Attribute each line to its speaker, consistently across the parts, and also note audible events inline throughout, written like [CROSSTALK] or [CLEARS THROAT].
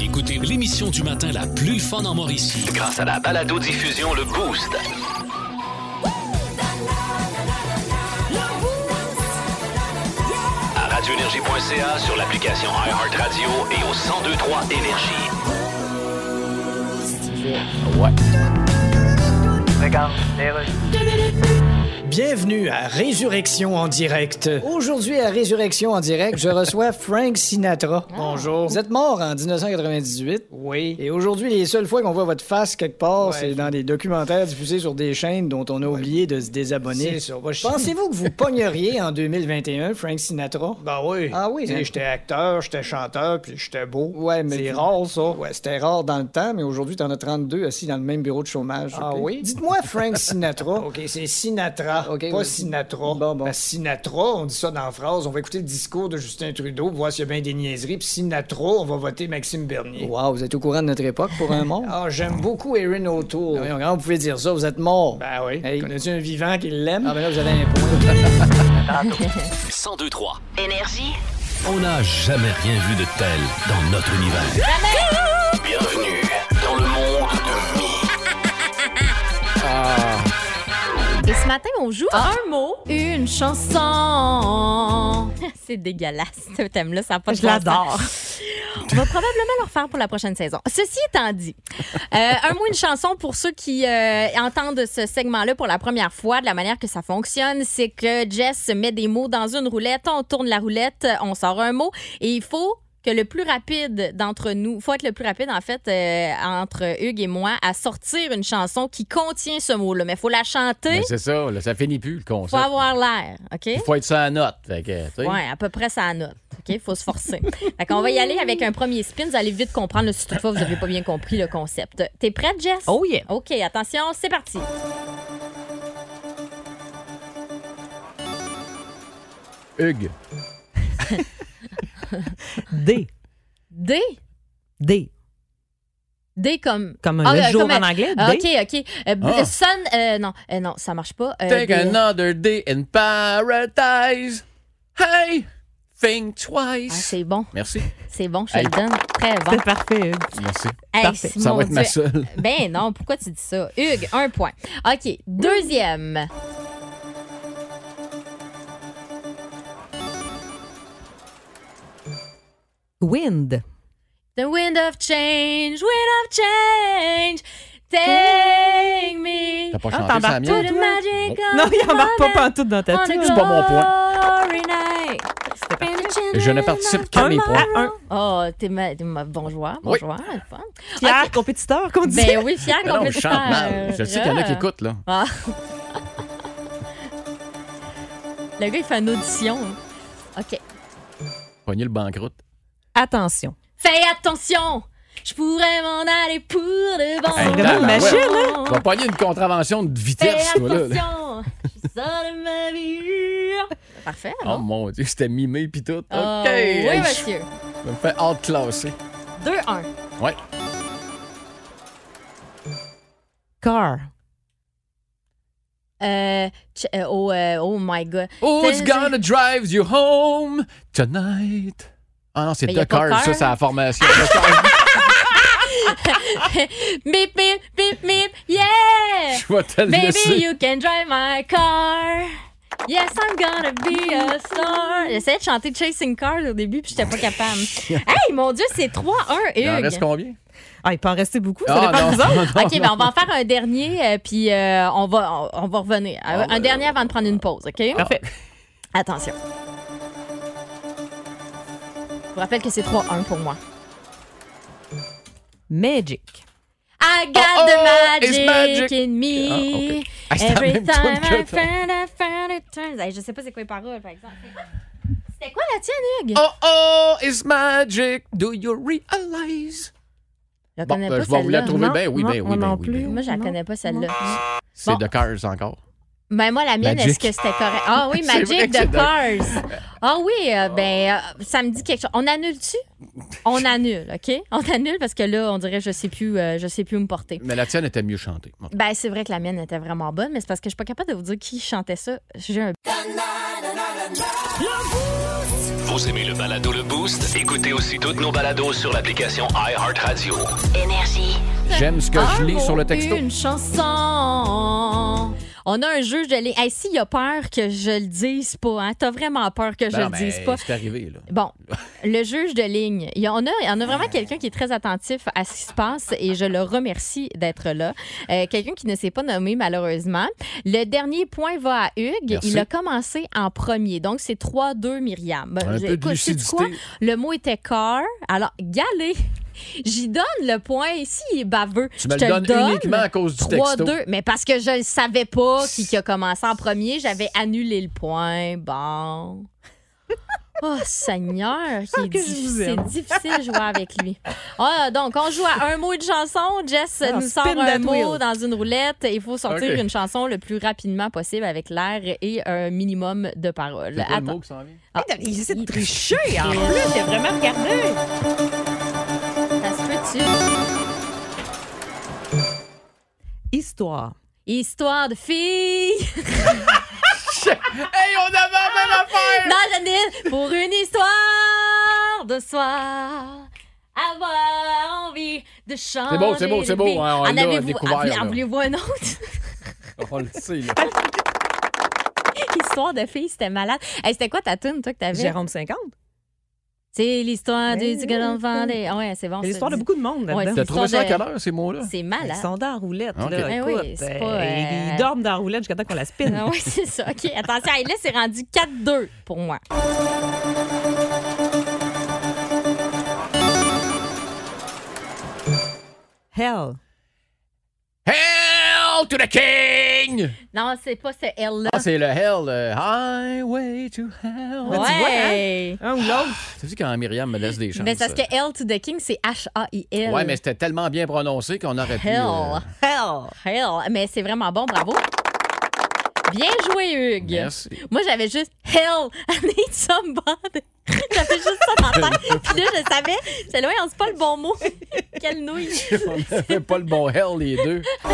Speaker 1: Écoutez l'émission du matin la plus fun en Mauricie.
Speaker 2: Grâce à la balado diffusion le boost. À radioénergie.ca sur l'application iHeartRadio et au 1023 énergie.
Speaker 3: Bienvenue à Résurrection en direct. Aujourd'hui à Résurrection en direct, je [LAUGHS] reçois Frank Sinatra. Ah. Bonjour. Vous êtes mort en 1998. Oui. Et aujourd'hui, les seules fois qu'on voit votre face quelque part, c'est dans des documentaires diffusés sur des chaînes dont on a oublié de se désabonner.
Speaker 4: C'est ça. Moi, je-
Speaker 3: Pensez-vous [LAUGHS] que vous pogneriez en 2021 Frank Sinatra?
Speaker 4: Ben oui.
Speaker 3: Ah oui,
Speaker 4: Tu sais,
Speaker 3: hein.
Speaker 4: J'étais acteur, j'étais chanteur, puis j'étais beau.
Speaker 3: Ouais, mais
Speaker 4: C'est
Speaker 3: tu-
Speaker 4: rare, ça.
Speaker 3: Ouais, c'était rare dans le temps, mais aujourd'hui, t'en as 32 assis dans le même bureau de chômage.
Speaker 4: Ah
Speaker 3: ok?
Speaker 4: oui?
Speaker 3: Dites-moi, Frank Sinatra.
Speaker 4: [LAUGHS] OK, c'est Sinatra,
Speaker 3: OK,
Speaker 4: pas
Speaker 3: oui.
Speaker 4: Sinatra.
Speaker 3: Bon, bon.
Speaker 4: Parce que Sinatra, on dit ça dans la phrase, on va écouter le discours de Justin Trudeau, voir s'il y a bien des niaiseries, puis Sinatra, on va voter Maxime Bernier.
Speaker 3: Wow, vous êtes au courant de notre époque pour un monde?
Speaker 4: Ah, j'aime beaucoup Erin O'Toole.
Speaker 3: Ben Voyons, comment vous pouvez dire ça? Vous êtes mort.
Speaker 4: Ben oui.
Speaker 3: Hey.
Speaker 4: Connais-tu un vivant qui l'aime?
Speaker 3: ah, ben là, vous avez un point.
Speaker 1: 1023.
Speaker 5: Énergie.
Speaker 1: On n'a jamais rien vu de tel dans notre univers.
Speaker 2: Bienvenue dans le monde de Mi.
Speaker 6: Et ce matin, on joue un mot, une chanson. [LAUGHS] C'est dégueulasse, ce thème-là, ça n'a pas de Je l'adore. On va probablement le refaire pour la prochaine saison. Ceci étant dit, euh, un mot, une chanson pour ceux qui euh, entendent ce segment-là pour la première fois, de la manière que ça fonctionne, c'est que Jess met des mots dans une roulette, on tourne la roulette, on sort un mot et il faut que le plus rapide d'entre nous, faut être le plus rapide en fait euh, entre Hugues et moi à sortir une chanson qui contient ce mot-là, mais faut la chanter,
Speaker 7: Mais c'est ça, là, ça finit plus le
Speaker 6: faut
Speaker 7: concept.
Speaker 6: avoir l'air, OK
Speaker 7: Il faut être ça à note. Fait que, tu sais.
Speaker 6: Ouais, à peu près ça à note. OK, faut se forcer. [LAUGHS] fait qu'on va y aller avec un premier spin, vous allez vite comprendre là, si toutefois vous n'avez pas bien compris le concept. T'es prête Jess
Speaker 8: Oh yeah.
Speaker 6: OK, attention, c'est parti.
Speaker 7: Hugues,
Speaker 8: D.
Speaker 6: D
Speaker 8: D.
Speaker 6: D comme
Speaker 8: Comme
Speaker 6: Ah,
Speaker 8: le
Speaker 6: euh,
Speaker 8: jour
Speaker 6: comme,
Speaker 8: en
Speaker 6: euh,
Speaker 8: anglais. D.
Speaker 6: Ah, OK, OK. Euh, bl-
Speaker 7: Ah.
Speaker 6: Sun, euh, non, euh, non, ça marche pas. Euh,
Speaker 7: take
Speaker 6: des-
Speaker 7: another day in paradise. Hey, think
Speaker 6: Ah,
Speaker 7: twice.
Speaker 6: c'est bon,
Speaker 7: Merci,
Speaker 6: c'est bon, je te
Speaker 7: Hey.
Speaker 6: le donne. Très bon.
Speaker 8: C'est parfait. Hugues.
Speaker 7: merci.
Speaker 6: Hey,
Speaker 8: parfait.
Speaker 6: c'est-
Speaker 7: Ça
Speaker 6: mon
Speaker 7: va être ma
Speaker 6: Dieu.
Speaker 7: seule.
Speaker 6: Ben non, pourquoi tu dis ça? Hugues, un point. OK, deuxième.
Speaker 8: Wind.
Speaker 6: The wind of change, wind of change, take me.
Speaker 7: T'as pas
Speaker 8: Ah,
Speaker 7: chanté ça
Speaker 8: t'embarques
Speaker 7: mienne?
Speaker 6: To the
Speaker 8: toi?
Speaker 6: magic of
Speaker 8: Non, [LAUGHS] il embarque pas
Speaker 6: the
Speaker 8: pantoute dans ta
Speaker 6: moment
Speaker 8: tune.
Speaker 6: on a
Speaker 7: pas mon
Speaker 6: glory night.
Speaker 7: Et je ne participe qu'à
Speaker 8: Un
Speaker 7: mes points.
Speaker 8: à un.
Speaker 6: Oh, t'es ma... t'es ma- bon joueur, bon
Speaker 7: Oui.
Speaker 6: joueur, le fun.
Speaker 8: Fier compétiteur qu'on dit.
Speaker 6: Ben oui, fier
Speaker 7: Mais non,
Speaker 6: qu'on peut
Speaker 7: je
Speaker 6: te
Speaker 7: chante
Speaker 6: faire,
Speaker 7: mal. Je sais qu'il y en a qui
Speaker 6: euh,
Speaker 7: écoutent, là.
Speaker 6: Ah. Le gars, il fait une audition. hein. OK.
Speaker 7: Pogner le banqueroute.
Speaker 8: Attention.
Speaker 6: Fais attention, je pourrais m'en aller pour de bon.
Speaker 7: Hey,
Speaker 8: vraiment hein?
Speaker 7: ben
Speaker 8: magique,
Speaker 7: Tu vas pogner une contravention de
Speaker 6: euh,
Speaker 7: vitesse,
Speaker 6: Fais
Speaker 7: toi, là.
Speaker 6: attention, je suis hors de ma vie. Parfait,
Speaker 7: Oh
Speaker 6: non?
Speaker 7: mon Dieu, c'était mimé puis tout.
Speaker 6: Oh,
Speaker 7: OK.
Speaker 6: oui,
Speaker 7: Hey,
Speaker 6: monsieur.
Speaker 7: Je me fais outclasser.
Speaker 6: 2-1.
Speaker 7: Ouais.
Speaker 8: Car.
Speaker 6: Euh, ch- euh, oh, euh, oh my God.
Speaker 7: Who's
Speaker 6: T'es-
Speaker 7: gonna drive you home tonight? Ah non, c'est
Speaker 6: Mais y a
Speaker 7: The
Speaker 6: pas de
Speaker 7: Cars, ça,
Speaker 6: cœur.
Speaker 7: c'est la
Speaker 6: [LAUGHS]
Speaker 7: formation. The Cars,
Speaker 6: Mip, mip, mip, mip, yeah!
Speaker 7: je vais te le
Speaker 6: Baby,
Speaker 7: laisser.
Speaker 6: you can drive my car. Yes, I'm gonna be a star. J'essayais de chanter Chasing Cars au début, puis j'étais pas
Speaker 7: [LAUGHS]
Speaker 6: capable. hey, mon Dieu, c'est 3-1,
Speaker 7: Il en
Speaker 6: Hugues.
Speaker 7: reste combien?
Speaker 8: Ah, il peut en rester beaucoup. Ça
Speaker 7: Ah,
Speaker 8: dépend de vous autres.
Speaker 7: [LAUGHS] non,
Speaker 6: OK, ben on va en faire un dernier, euh, puis euh, on, va, on, on va revenir. Un- un
Speaker 7: ben,
Speaker 6: dernier avant de prendre une pause, OK?
Speaker 8: Parfait.
Speaker 6: Attention. Je vous rappelle que c'est 3-1 pour moi.
Speaker 8: Magic.
Speaker 6: I got
Speaker 7: Oh, oh,
Speaker 6: the
Speaker 7: it's
Speaker 6: magic,
Speaker 7: magic.
Speaker 6: in me.
Speaker 7: Ah, ok. Ah, c'est la
Speaker 6: Every
Speaker 7: même tune
Speaker 6: time
Speaker 7: que
Speaker 6: I
Speaker 7: toi.
Speaker 6: find, I find it turns. Hey, je sais pas c'est quoi les paroles, par
Speaker 7: [LAUGHS]
Speaker 6: exemple. C'était quoi la tienne, Hugues?
Speaker 7: Oh oh, it's magic. Do you realize?
Speaker 6: Je la
Speaker 7: Bon,
Speaker 6: connais
Speaker 7: ben,
Speaker 6: pas
Speaker 7: je vais vous la
Speaker 6: celle-là.
Speaker 7: trouver.
Speaker 8: Non,
Speaker 7: Ben oui,
Speaker 8: non,
Speaker 7: ben oui,
Speaker 8: moi
Speaker 7: ben
Speaker 8: non
Speaker 7: oui. ben
Speaker 8: plus.
Speaker 7: oui.
Speaker 6: Moi, je la
Speaker 8: Non,
Speaker 6: connais pas, celle-là.
Speaker 7: C'est
Speaker 6: Bon.
Speaker 7: The Cars encore.
Speaker 6: Mais Ben, moi, la mienne,
Speaker 7: Magic.
Speaker 6: est-ce que c'était correct? Ah oui,
Speaker 7: [LAUGHS] C'est vrai
Speaker 6: Magic
Speaker 7: que c'est
Speaker 6: de
Speaker 7: de-
Speaker 6: Cars. Ah oui, euh, ben, euh, ça me dit quelque chose. On annule-tu? On annule, OK? On annule parce que là, on dirait, je sais plus, euh, je sais plus où me porter.
Speaker 7: Mais la tienne était mieux chantée. Bon.
Speaker 6: Ben, c'est vrai que la mienne était vraiment bonne, mais c'est parce que je suis pas capable de vous dire qui chantait ça. J'ai un.
Speaker 2: Vous aimez le balado Le Boost? Écoutez aussi toutes nos balados sur l'application iHeartRadio.
Speaker 5: énergie,
Speaker 7: J'aime ce que
Speaker 6: Un
Speaker 7: je lis
Speaker 6: mot,
Speaker 7: sur le texto.
Speaker 6: Une chanson. On a un juge de l'é- Hey, s'il a peur que je le dise pas, hein, t'as vraiment peur que je
Speaker 7: Ben Non,
Speaker 6: le
Speaker 7: mais
Speaker 6: dise pas.
Speaker 7: C'est arrivé, là.
Speaker 6: Bon, le juge de ligne. Il y en a, il y en a vraiment quelqu'un qui est très attentif à ce qui se passe et je le remercie d'être là. Euh, quelqu'un qui ne s'est pas nommé malheureusement. Le dernier point va à Hugues.
Speaker 7: Merci.
Speaker 6: Il a commencé en premier. Donc, c'est 3-2 Myriam.
Speaker 7: Un peu de
Speaker 6: Écoute, sais-tu
Speaker 7: lucidité.
Speaker 6: quoi? Le mot était corps. Alors, galé. [LAUGHS] J'y donne le point. S'il est baveux,
Speaker 7: Tu me
Speaker 6: je te
Speaker 7: le donnes uniquement à cause du texto.
Speaker 6: 3-2. Mais parce que je ne savais pas qui, qui a commencé en premier, j'avais annulé le point.
Speaker 8: [LAUGHS]
Speaker 6: Bon. Oh, Seigneur, il est
Speaker 8: Ah, que je vous
Speaker 6: difficile-
Speaker 8: aime.
Speaker 6: c'est difficile de jouer avec lui. Ah, donc, on joue à un mot de chanson. Jess
Speaker 8: Ah,
Speaker 6: nous sort
Speaker 8: spin
Speaker 6: un
Speaker 8: that
Speaker 6: mot
Speaker 8: wheel.
Speaker 6: dans une roulette. Il faut sortir
Speaker 7: Ok.
Speaker 6: une chanson le plus rapidement possible avec l'air et un minimum de paroles.
Speaker 7: C'est quoi le
Speaker 6: Attends. Ah.
Speaker 7: mot qui s'en vient?
Speaker 8: Hey, Il essaie de tricher en plus. Il a vraiment regardé.
Speaker 6: Ça se peut-tu?
Speaker 8: Histoire.
Speaker 6: Histoire de
Speaker 7: [LAUGHS]
Speaker 6: fille.
Speaker 7: Hey, on avait la même affaire!
Speaker 6: Non, Janine, pour une histoire de soir. Avoir envie de changer.
Speaker 7: C'est beau, c'est beau, c'est beau,
Speaker 6: de vie.
Speaker 7: hein, on
Speaker 6: En
Speaker 7: l'a
Speaker 6: avez-vous-
Speaker 7: découvert,
Speaker 6: en- En
Speaker 7: là.
Speaker 6: voulez-vous un autre? [LAUGHS]
Speaker 7: On le sait, là.
Speaker 6: histoire de fille, c'était malade. Hey, c'était quoi ta tune, toi, que t'avais?
Speaker 8: Jérôme 50.
Speaker 6: C'est l'histoire du
Speaker 8: Mais
Speaker 6: du
Speaker 8: oui,
Speaker 6: grand
Speaker 8: c'est-
Speaker 6: Vendée. Ah Ouais, c'est bon.
Speaker 8: C'est
Speaker 6: ça
Speaker 8: l'histoire de
Speaker 6: dit.
Speaker 8: beaucoup de monde
Speaker 6: Ouais,
Speaker 8: là-dedans.
Speaker 7: T'as trouvé ça à
Speaker 6: Histoire
Speaker 7: quelle
Speaker 6: de-
Speaker 7: heure, ces mots-là?
Speaker 6: C'est
Speaker 8: Ils
Speaker 6: malade.
Speaker 8: sont dans la roulette.
Speaker 7: Ok.
Speaker 8: Là.
Speaker 6: Eh oui,
Speaker 8: Écoute,
Speaker 6: c'est pas,
Speaker 8: euh,
Speaker 6: euh,
Speaker 8: Ils dorment dans la roulette jusqu'à temps qu'on la spinne.
Speaker 6: [LAUGHS] Ah oui, c'est ça. OK, attention. Hey, là, c'est rendu 4-2 pour moi.
Speaker 8: Hell.
Speaker 7: Hell to the king!
Speaker 6: Non, c'est pas ce L-là.
Speaker 7: Ah, c'est le hell, le highway to hell.
Speaker 8: tu vois, hein?
Speaker 6: ouais.
Speaker 8: Un ou l'autre.
Speaker 7: T'as vu quand Myriam me laisse des chances. euh,
Speaker 6: Mais c'est parce que L to the King, c'est H-A-I-L.
Speaker 7: Ouais, mais c'était tellement bien prononcé qu'on aurait pu... euh,
Speaker 6: Hell.
Speaker 8: Hell.
Speaker 6: Hell. Mais c'est vraiment bon, bravo. Bien joué, Hugues.
Speaker 7: Merci.
Speaker 6: Moi, j'avais juste Hell, [LAUGHS] I need somebody. j'avais juste ça dans la
Speaker 7: [LAUGHS]
Speaker 6: tête. Puis là, je savais, c'est loin, c'est pas le bon mot. Quelle nouille.
Speaker 7: on n'avait pas le bon hell, les deux.
Speaker 6: Ah,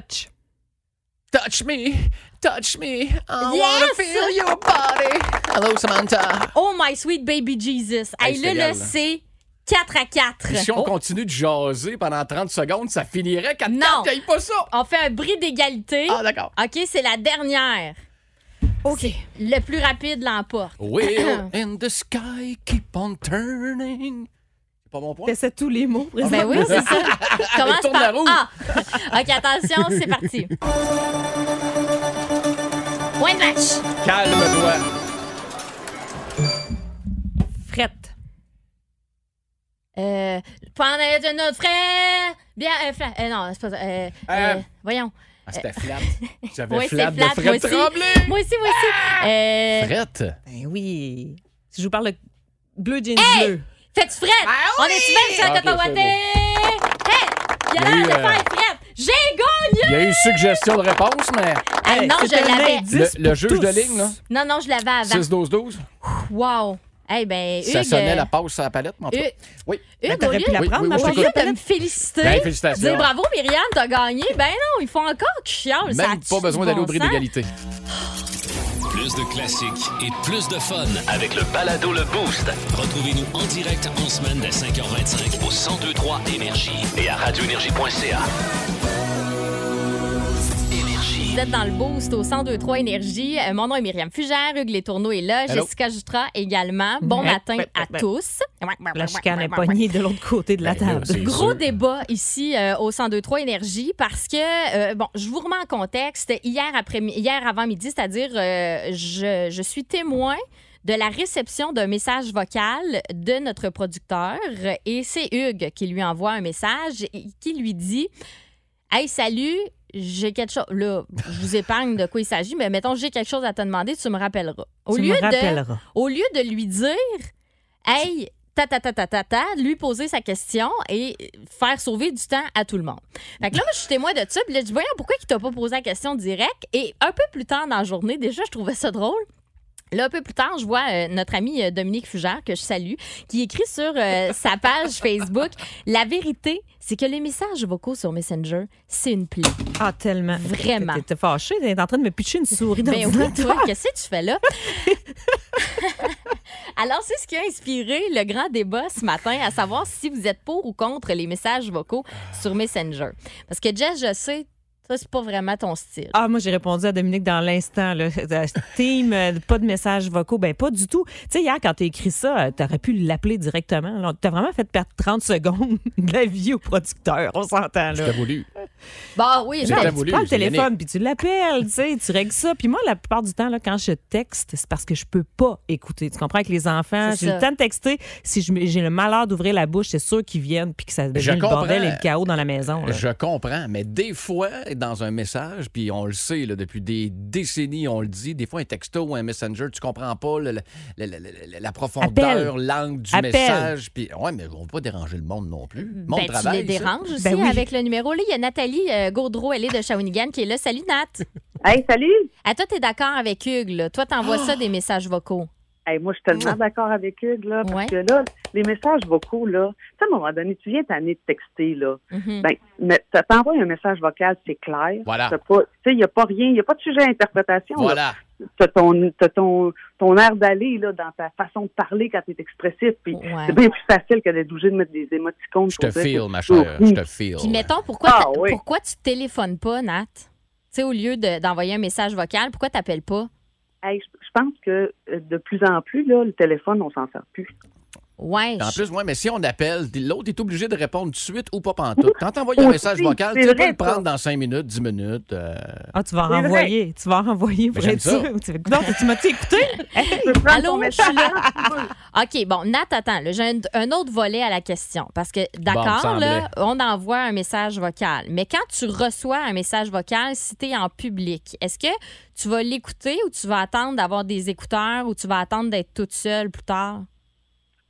Speaker 8: Touch.
Speaker 7: Touch me, touch me, I
Speaker 6: Yes!
Speaker 7: wanna feel your body. Hello, Samantha.
Speaker 6: oh my sweet baby Jesus.
Speaker 7: Hey,
Speaker 6: Hey,
Speaker 7: c'était
Speaker 6: là, là,
Speaker 7: égal, là.
Speaker 6: c'est 4 à 4.
Speaker 7: Puis si on continue de jaser pendant 30 secondes, ça finirait quand
Speaker 6: Oh. Non.
Speaker 7: quatre, t'ailles pas ça.
Speaker 6: On fait un bris d'égalité.
Speaker 7: Ah, d'accord.
Speaker 6: OK, c'est la dernière.
Speaker 8: OK.
Speaker 6: Le plus rapide l'emporte. [COUGHS]
Speaker 7: Will in the sky keep on turning. C'est pas mon point?
Speaker 8: T'essaies tous les mots.
Speaker 6: Ben oui, c'est
Speaker 7: [LAUGHS]
Speaker 6: ça. Je Commence
Speaker 7: Tourne la
Speaker 6: par
Speaker 7: roue.
Speaker 6: A. OK, attention, c'est parti. Point de match.
Speaker 7: Calme-toi.
Speaker 8: Frette.
Speaker 6: Euh, pendant de notre frère. Bien, euh, fla- euh, non, c'est pas ça. Euh,
Speaker 7: Euh,
Speaker 6: euh, voyons.
Speaker 7: Ah, c'était flat. J'avais
Speaker 6: Oui, c'est
Speaker 7: flat,
Speaker 6: flat,
Speaker 7: de
Speaker 6: moi
Speaker 7: Fred
Speaker 6: aussi.
Speaker 7: Tremblay. Ah!
Speaker 6: Moi aussi, moi aussi. Euh,
Speaker 7: Frette.
Speaker 8: Ben oui. Si je vous parle de bleu jeans bleu.
Speaker 6: Faites frette. On est-tu bien sur la
Speaker 7: Ben Ah, ok,
Speaker 6: Cotawaté? Hey! Il y a
Speaker 7: Il y a
Speaker 6: l'air de
Speaker 7: eu, euh,
Speaker 6: faire frette. J'ai gagné!
Speaker 7: Il y a eu suggestion de réponse, mais
Speaker 6: Ah, non, je
Speaker 8: c'était un
Speaker 6: l'avais.
Speaker 8: indice
Speaker 7: Le- le
Speaker 8: pour
Speaker 7: juge de
Speaker 8: tous.
Speaker 7: ligne, là.
Speaker 6: Non, non, je l'avais avant.
Speaker 7: 6-12-12,
Speaker 6: Wow! Eh ben,
Speaker 7: ça
Speaker 6: Hugues,
Speaker 7: sonnait la
Speaker 6: euh,
Speaker 7: passe à la palette, mon
Speaker 6: Hugues,
Speaker 7: Oui.
Speaker 6: Hugues, au
Speaker 8: Ben, t'aurais
Speaker 6: lieu
Speaker 8: pu
Speaker 6: de-
Speaker 8: la prendre,
Speaker 7: oui,
Speaker 8: ma
Speaker 7: oui,
Speaker 6: au
Speaker 7: je
Speaker 6: lieu
Speaker 8: chérie.
Speaker 7: t'écoute.
Speaker 6: de me féliciter,
Speaker 7: Ben,
Speaker 6: de
Speaker 7: félicitations.
Speaker 6: dire bravo Myriam, t'as gagné. Ben non, il faut encore que je chiale. ça
Speaker 7: Même
Speaker 6: a-tu
Speaker 7: pas
Speaker 6: du
Speaker 7: besoin
Speaker 6: bon
Speaker 7: d'aller au bris
Speaker 6: sens?
Speaker 7: d'égalité.
Speaker 1: Plus de classiques et plus de fun.
Speaker 2: Avec le balado Le Boost
Speaker 1: Retrouvez-nous en direct en semaine dès 5h25
Speaker 2: au 1023 Énergie et à radioénergie.ca. Énergie.
Speaker 6: Vous êtes dans le boost au 1023 Énergie. Euh, Mon nom est Myriam Fugère, Hugues Les Tourneaux est là,
Speaker 7: Allô.
Speaker 6: Jessica Jutra également. Bon
Speaker 8: Ouais,
Speaker 6: matin
Speaker 8: ouais,
Speaker 6: à
Speaker 8: ouais, ouais.
Speaker 6: tous.
Speaker 8: La chicane est pognée de l'autre côté de la
Speaker 7: Ben, là,
Speaker 8: table.
Speaker 7: c'est
Speaker 6: Gros
Speaker 7: sûr.
Speaker 6: débat ici euh, au 1023 Énergie parce que, euh, bon, je vous remets en contexte. Hier, après, hier avant midi, c'est-à-dire, euh, je, je suis témoin de la réception d'un message vocal de notre producteur et c'est Hugues qui lui envoie un message et qui lui dit Hey, salut, j'ai quelque chose. Là, je vous épargne de quoi il s'agit, mais mettons, j'ai quelque chose à te demander, tu me rappelleras. Au
Speaker 8: tu
Speaker 6: lieu
Speaker 8: me
Speaker 6: de
Speaker 8: rappelleras.
Speaker 6: au lieu de lui dire Hey, ta ta ta ta ta ta, lui poser sa question et faire sauver du temps à tout le monde. Fait que là, moi, je suis témoin de ça. Puis là, je dis Voyons, pourquoi il t'a pas posé la question direct? Et un peu plus tard dans la journée, déjà, je trouvais ça drôle. Là, un peu plus tard, je vois euh, notre ami euh, Dominique Fugère, que je salue, qui écrit sur euh, sa page Facebook La vérité, c'est que les messages vocaux sur Messenger, c'est une plaie.
Speaker 8: Ah, tellement.
Speaker 6: Vraiment.
Speaker 8: T'es- T'es fâché, t'es en train de me pitcher une souris dans
Speaker 6: Ben oui, toi, qu'est-ce que tu fais là? [LAUGHS] Alors, c'est ce qui a inspiré le grand débat ce matin, à savoir si vous êtes pour ou contre les messages vocaux sur Messenger. Parce que Jess, je sais, ça, c'est pas vraiment ton style.
Speaker 8: Ah, moi, j'ai répondu à Dominique dans l'instant. là. [LAUGHS] Team, euh, pas de messages vocaux. Ben, pas du tout. Tu sais, hier, quand t'as écrit ça, euh, t'aurais pu l'appeler directement. là. T'as vraiment fait perdre 30 secondes [LAUGHS] de la vie au producteur. On s'entend, là.
Speaker 7: T'as voulu.
Speaker 6: Bah oui,
Speaker 7: J'ai
Speaker 6: ben,
Speaker 7: pas
Speaker 8: Tu
Speaker 7: voulu.
Speaker 8: prends le
Speaker 7: j'ai gagné.
Speaker 8: téléphone, puis tu l'appelles, tu sais, tu règles ça. Puis moi, la plupart du temps, là, quand je texte, c'est parce que je peux pas écouter. Tu comprends? Avec les enfants,
Speaker 6: C'est
Speaker 8: j'ai
Speaker 6: ça.
Speaker 8: le temps de texter. Si je me- j'ai le malheur d'ouvrir la bouche, c'est sûr qu'ils viennent, puis que ça devient le
Speaker 7: comprends.
Speaker 8: bordel et le chaos dans la maison. là.
Speaker 7: Euh, Je comprends, mais des fois, dans un message, puis on le sait, là, depuis des décennies, on le dit, des fois, un texto ou un messenger, tu comprends pas le- le- le- le- le- la profondeur, l'angle du
Speaker 8: Appel.
Speaker 7: message. Puis, ouais, mais on ne pas déranger le monde non plus. Mon
Speaker 6: ben, tu les
Speaker 7: travail. ça.
Speaker 6: déranges aussi
Speaker 8: Ben oui.
Speaker 6: avec le numéro. Là, il y a Nathalie euh, Gaudreau, elle est de Shawinigan, qui est là. Salut,
Speaker 8: [LAUGHS]
Speaker 6: Nat.
Speaker 5: Hey, salut!
Speaker 6: À toi, t'es d'accord avec Hugues, là. Toi,
Speaker 8: Ah.
Speaker 6: t'envoies ça des messages vocaux.
Speaker 5: Hey, moi, je suis tellement d'accord avec Hugues, là, parce
Speaker 6: Ah. Ouais.
Speaker 5: que là, les messages vocaux, là, tu sais, à un moment donné, tu viens t'année de texter, là.
Speaker 6: Mhm.
Speaker 5: Ben, mais t'as- t'envoies un message vocal, c'est clair.
Speaker 7: Voilà.
Speaker 5: T'as pas- Tu sais, il n'y a pas rien, il n'y a pas de sujet à interprétation. là.
Speaker 7: Voilà.
Speaker 5: T'as ton, t'as ton, ton air d'aller, là, dans ta façon de parler quand t'es expressif, puis
Speaker 6: Ouais.
Speaker 5: c'est bien plus facile que d'être obligé de mettre des émoticônes.
Speaker 7: Je te
Speaker 5: pour dire
Speaker 7: feel,
Speaker 5: que-
Speaker 7: ma chère. Je te feel.
Speaker 6: Puis mettons, pourquoi,
Speaker 5: Ah,
Speaker 6: t'a-
Speaker 5: oui.
Speaker 6: pourquoi tu téléphones pas, Nat? Tu sais, au lieu de- d'envoyer un message vocal, pourquoi t'appelles pas?
Speaker 5: Hey, je je pense que euh, de plus en plus, là, le téléphone, on s'en sert plus.
Speaker 6: Ouais.
Speaker 7: En
Speaker 6: je-
Speaker 7: plus, ouais, mais si on appelle, l'autre est obligé de répondre tout de suite ou pas pantoute. Quand t'envoies un message
Speaker 5: Aussi,
Speaker 7: vocal,
Speaker 5: c'est
Speaker 7: tu peux
Speaker 5: vrai,
Speaker 7: le prendre dans 5 minutes, 10 minutes. euh,
Speaker 8: Ah, tu vas en
Speaker 5: C'est vrai.
Speaker 8: renvoyer. Tu vas en renvoyer pour
Speaker 7: j'aime
Speaker 8: être
Speaker 7: ça.
Speaker 8: sûr. Tu fais, Non, tu m'as-tu
Speaker 7: [LAUGHS]
Speaker 8: écouté?
Speaker 5: Tu peux prendre
Speaker 6: Allô,
Speaker 5: ton
Speaker 6: je suis là.
Speaker 5: message quand tu veux.
Speaker 6: OK, bon, Nat, attends, là, j'ai un, un autre volet à la question. Parce que,
Speaker 7: Bon,
Speaker 6: d'accord,
Speaker 7: me
Speaker 6: là, on envoie un message vocal. Mais quand tu reçois un message vocal, si tu es en public, est-ce que tu vas l'écouter ou tu vas attendre d'avoir des écouteurs ou tu vas attendre d'être toute seule plus tard?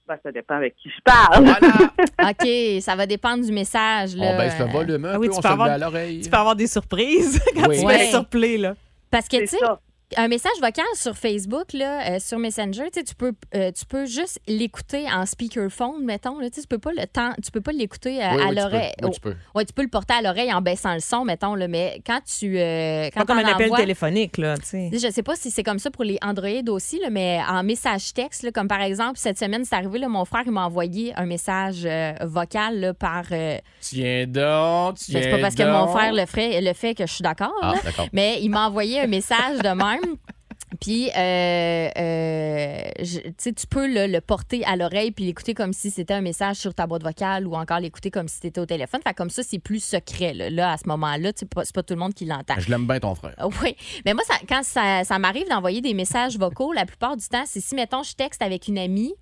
Speaker 5: Ben, ça dépend avec qui je parle.
Speaker 7: Voilà.
Speaker 6: OK, [LAUGHS] ça va dépendre du message. Là.
Speaker 7: on baisse le volume un
Speaker 8: Ah oui,
Speaker 7: peu,
Speaker 8: tu
Speaker 7: on
Speaker 8: peux
Speaker 7: se le met
Speaker 8: avoir-
Speaker 7: à l'oreille.
Speaker 8: Tu peux avoir des surprises [LAUGHS] quand
Speaker 7: Oui.
Speaker 8: tu
Speaker 6: Ouais.
Speaker 8: fais sur Play, là.
Speaker 6: Parce que,
Speaker 5: C'est
Speaker 6: tu sais,
Speaker 5: ça.
Speaker 6: un message vocal sur Facebook, là, euh, sur Messenger, tu sais, tu peux, euh, tu peux juste l'écouter en speakerphone, mettons. Là, tu sais, tu peux pas le temps, tu peux pas l'écouter euh,
Speaker 7: Oui,
Speaker 6: à
Speaker 7: oui, tu peux.
Speaker 6: l'oreille. Oh.
Speaker 7: Oui, tu peux.
Speaker 6: Ouais, tu peux le porter à l'oreille en baissant le son, mettons, là, mais quand tu. euh, quand
Speaker 8: Pas comme
Speaker 6: t'en
Speaker 8: un appel
Speaker 6: envoies-
Speaker 8: téléphonique, là, tu sais.
Speaker 6: Je sais pas si c'est comme ça pour les Android aussi, là, mais en message texte, là, comme par exemple, cette semaine, c'est arrivé, là, mon frère il m'a envoyé un message euh, vocal là, par. euh,
Speaker 7: Tiens donc, tiens
Speaker 6: c'est pas parce que
Speaker 7: donc.
Speaker 6: mon frère le fait, le fait que je suis d'accord,
Speaker 7: Ah,
Speaker 6: là,
Speaker 7: d'accord.
Speaker 6: mais il m'a envoyé un message de même. Puis, euh, euh, je- tu sais, tu peux le, le porter à l'oreille puis l'écouter comme si c'était un message sur ta boîte vocale ou encore l'écouter comme si c'était au téléphone. Fait que comme ça, c'est plus secret. Là, Là, à ce moment-là, tu sais, pas- c'est pas tout le monde qui l'entend.
Speaker 7: Je l'aime bien, ton frère.
Speaker 6: Ah Oui, mais moi, ça, quand ça, ça m'arrive d'envoyer des messages vocaux, la plupart du temps, c'est si, mettons, je texte avec une amie,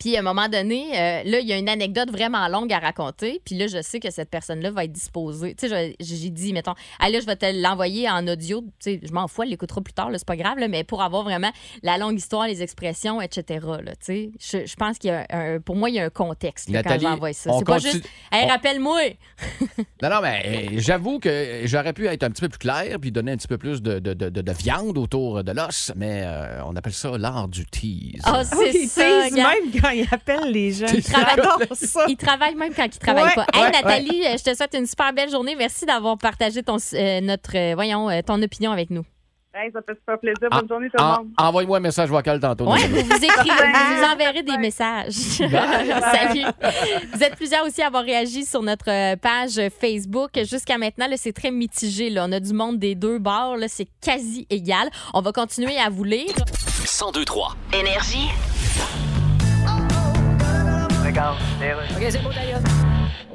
Speaker 6: puis à un moment donné, euh, là, il y a une anecdote vraiment longue à raconter, puis là, je sais que cette personne-là va être disposée. Tu sais, je- j'ai dit, mettons, ah là, je vais te l'envoyer en audio, tu sais, je m'en fous, elle l'écoutera plus tard, là, c'est pas grave, là, mais pour avoir vraiment la longue histoire, les expressions, etc., là, tu sais, je, je pense qu'il y a un, un- pour moi, il y a un contexte là,
Speaker 7: Nathalie,
Speaker 6: quand j'envoie ça.
Speaker 7: on
Speaker 6: C'est pas
Speaker 7: continue-
Speaker 6: juste, hey,
Speaker 7: on-
Speaker 6: rappelle-moi!
Speaker 7: Non, non, mais euh, j'avoue que euh, j'aurais pu être un petit peu plus clair puis donner un petit peu plus de, de- de- de- de viande autour de l'os, mais euh, on appelle ça l'art du tease.
Speaker 6: Ah,
Speaker 8: Ah oui,
Speaker 6: c'est
Speaker 8: ils
Speaker 6: ça,
Speaker 8: teasent
Speaker 6: gars.
Speaker 8: même quand ils appellent
Speaker 7: [LAUGHS]
Speaker 8: les gens.
Speaker 6: travaillent.
Speaker 8: J'adore ça.
Speaker 6: Il travaille même quand il travaille
Speaker 8: Ouais,
Speaker 6: pas. Hey,
Speaker 8: ouais,
Speaker 6: Nathalie, euh, je te souhaite une super belle journée. Merci d'avoir partagé ton, euh, notre, euh, voyons, euh, ton opinion avec nous.
Speaker 5: Hey, ça fait super plaisir.
Speaker 7: Ah,
Speaker 5: Bonne journée, tout le
Speaker 7: En-
Speaker 5: monde.
Speaker 7: Envoie-moi un message vocal tantôt.
Speaker 6: Ouais,
Speaker 7: Nathalie.
Speaker 6: vous vous écrivez, vous vous enverrez des messages. [LAUGHS] Salut. Vous êtes plusieurs aussi à avoir réagi sur notre euh, page Facebook. Jusqu'à maintenant, là, c'est très mitigé. Là. On a du monde des deux bords. là. C'est quasi égal. On va continuer à vous lire.
Speaker 2: 1023.
Speaker 9: Énergie.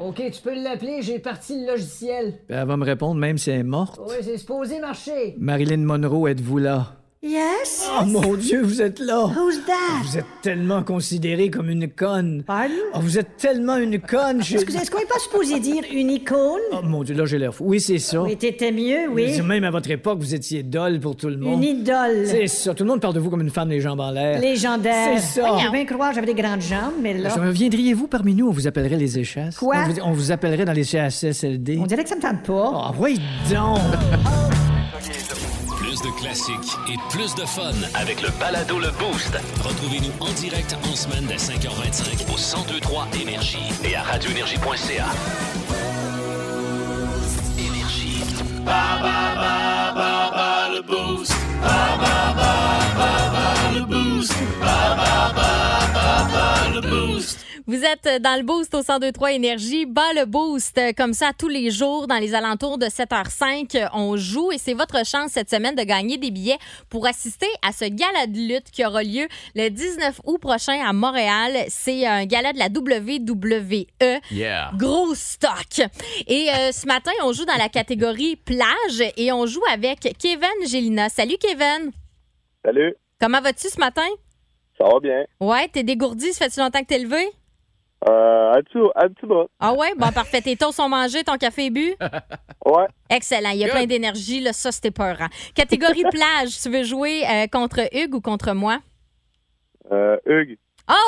Speaker 3: OK, tu peux l'appeler, j'ai parti le logiciel.
Speaker 4: Ben, Elle va me répondre même si elle est morte.
Speaker 3: Oui, c'est supposé marcher.
Speaker 4: Marilyn Monroe, êtes-vous là?
Speaker 9: Yes?
Speaker 4: Oh mon Dieu, vous êtes là!
Speaker 9: Who's that?
Speaker 4: Vous êtes tellement considérée comme une conne. Oh, vous êtes tellement une conne. je-
Speaker 9: Excusez, est-ce qu'on n'est pas supposé dire une icône?
Speaker 4: Oh mon Dieu, là j'ai l'air fou. Oui, c'est ça.
Speaker 9: Oui, t'étais mieux,
Speaker 4: Je
Speaker 9: oui.
Speaker 4: dis, Même à votre époque, vous étiez dole pour tout le
Speaker 9: Une
Speaker 4: monde.
Speaker 9: idole.
Speaker 4: C'est ça. Tout le monde parle de vous comme une femme les jambes en l'air.
Speaker 9: Légendaire.
Speaker 4: C'est ça.
Speaker 9: Je veux bien croire, j'avais des grandes jambes, mais là.
Speaker 4: Je- Reviendriez-vous parmi nous, on vous appellerait les échasses.
Speaker 9: Quoi?
Speaker 4: On vous, on vous appellerait dans les CHSLD.
Speaker 9: Ah. On dirait que ça me tente pas.
Speaker 4: Ah oui, donc!
Speaker 2: Plus de classiques et plus de fun avec le balado Le Boost. Retrouvez-nous en direct en semaine dès 5h25 au 1023 Énergie et à radioénergie.ca. Énergie. Ba, ba, ba, ba, ba, le Boost. Ba, ba, ba, ba, ba, le Boost. Ba, ba, ba, ba, ba, le Boost.
Speaker 6: Vous êtes dans le boost au 1023 Énergie. Bas le boost. euh, Comme ça, tous les jours, dans les alentours de 7h05, euh, on joue et c'est votre chance cette semaine de gagner des billets pour assister à ce gala de lutte qui aura lieu le 19 août prochain à Montréal. C'est un gala de la E. WWE.
Speaker 7: Yeah.
Speaker 6: Gros stock. Et euh, ce matin, on joue dans la catégorie plage et on joue avec Kevin Gélina. Salut Kevin.
Speaker 10: Salut,
Speaker 6: Comment vas-tu ce matin?
Speaker 10: ça va bien?
Speaker 6: Ouais, t'es dégourdi, ça fait-tu longtemps que t'es levé?
Speaker 10: Euh, un petit, un petit bras.
Speaker 6: Ah ouais, bon parfait. Tes toasts sont mangés, ton café est bu.
Speaker 10: [LAUGHS] Ouais,
Speaker 6: Excellent, il y a
Speaker 7: Good.
Speaker 6: plein d'énergie, là, ça c'était peurant.
Speaker 10: [LAUGHS]
Speaker 6: Catégorie plage, tu veux jouer euh, contre Hugues ou contre moi?
Speaker 10: euh, Hugues.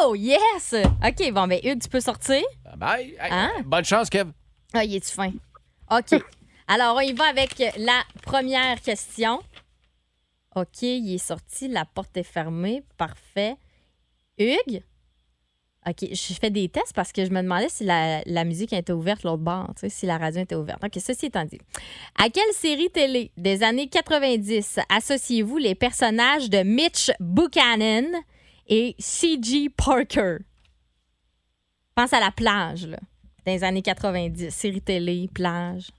Speaker 6: Oh yes! OK, bon ben Hugues, tu peux sortir.
Speaker 7: Bye Ah, Bye. Hey, euh,
Speaker 6: Hein?
Speaker 7: Bonne chance, Kev.
Speaker 6: Ah, il est-tu fin? OK. Alors, on y va avec la première question. OK, il est sorti, la porte est fermée. Parfait. Hugues? OK, je fais des tests parce que je me demandais si la, la musique était ouverte l'autre bord, tu sais, si la radio était ouverte. OK, ceci étant dit. À quelle série télé des années 90 associez-vous les personnages de Mitch Buchanan et C.G. Parker? Pense à la plage, là dans les années 90, série télé, plage.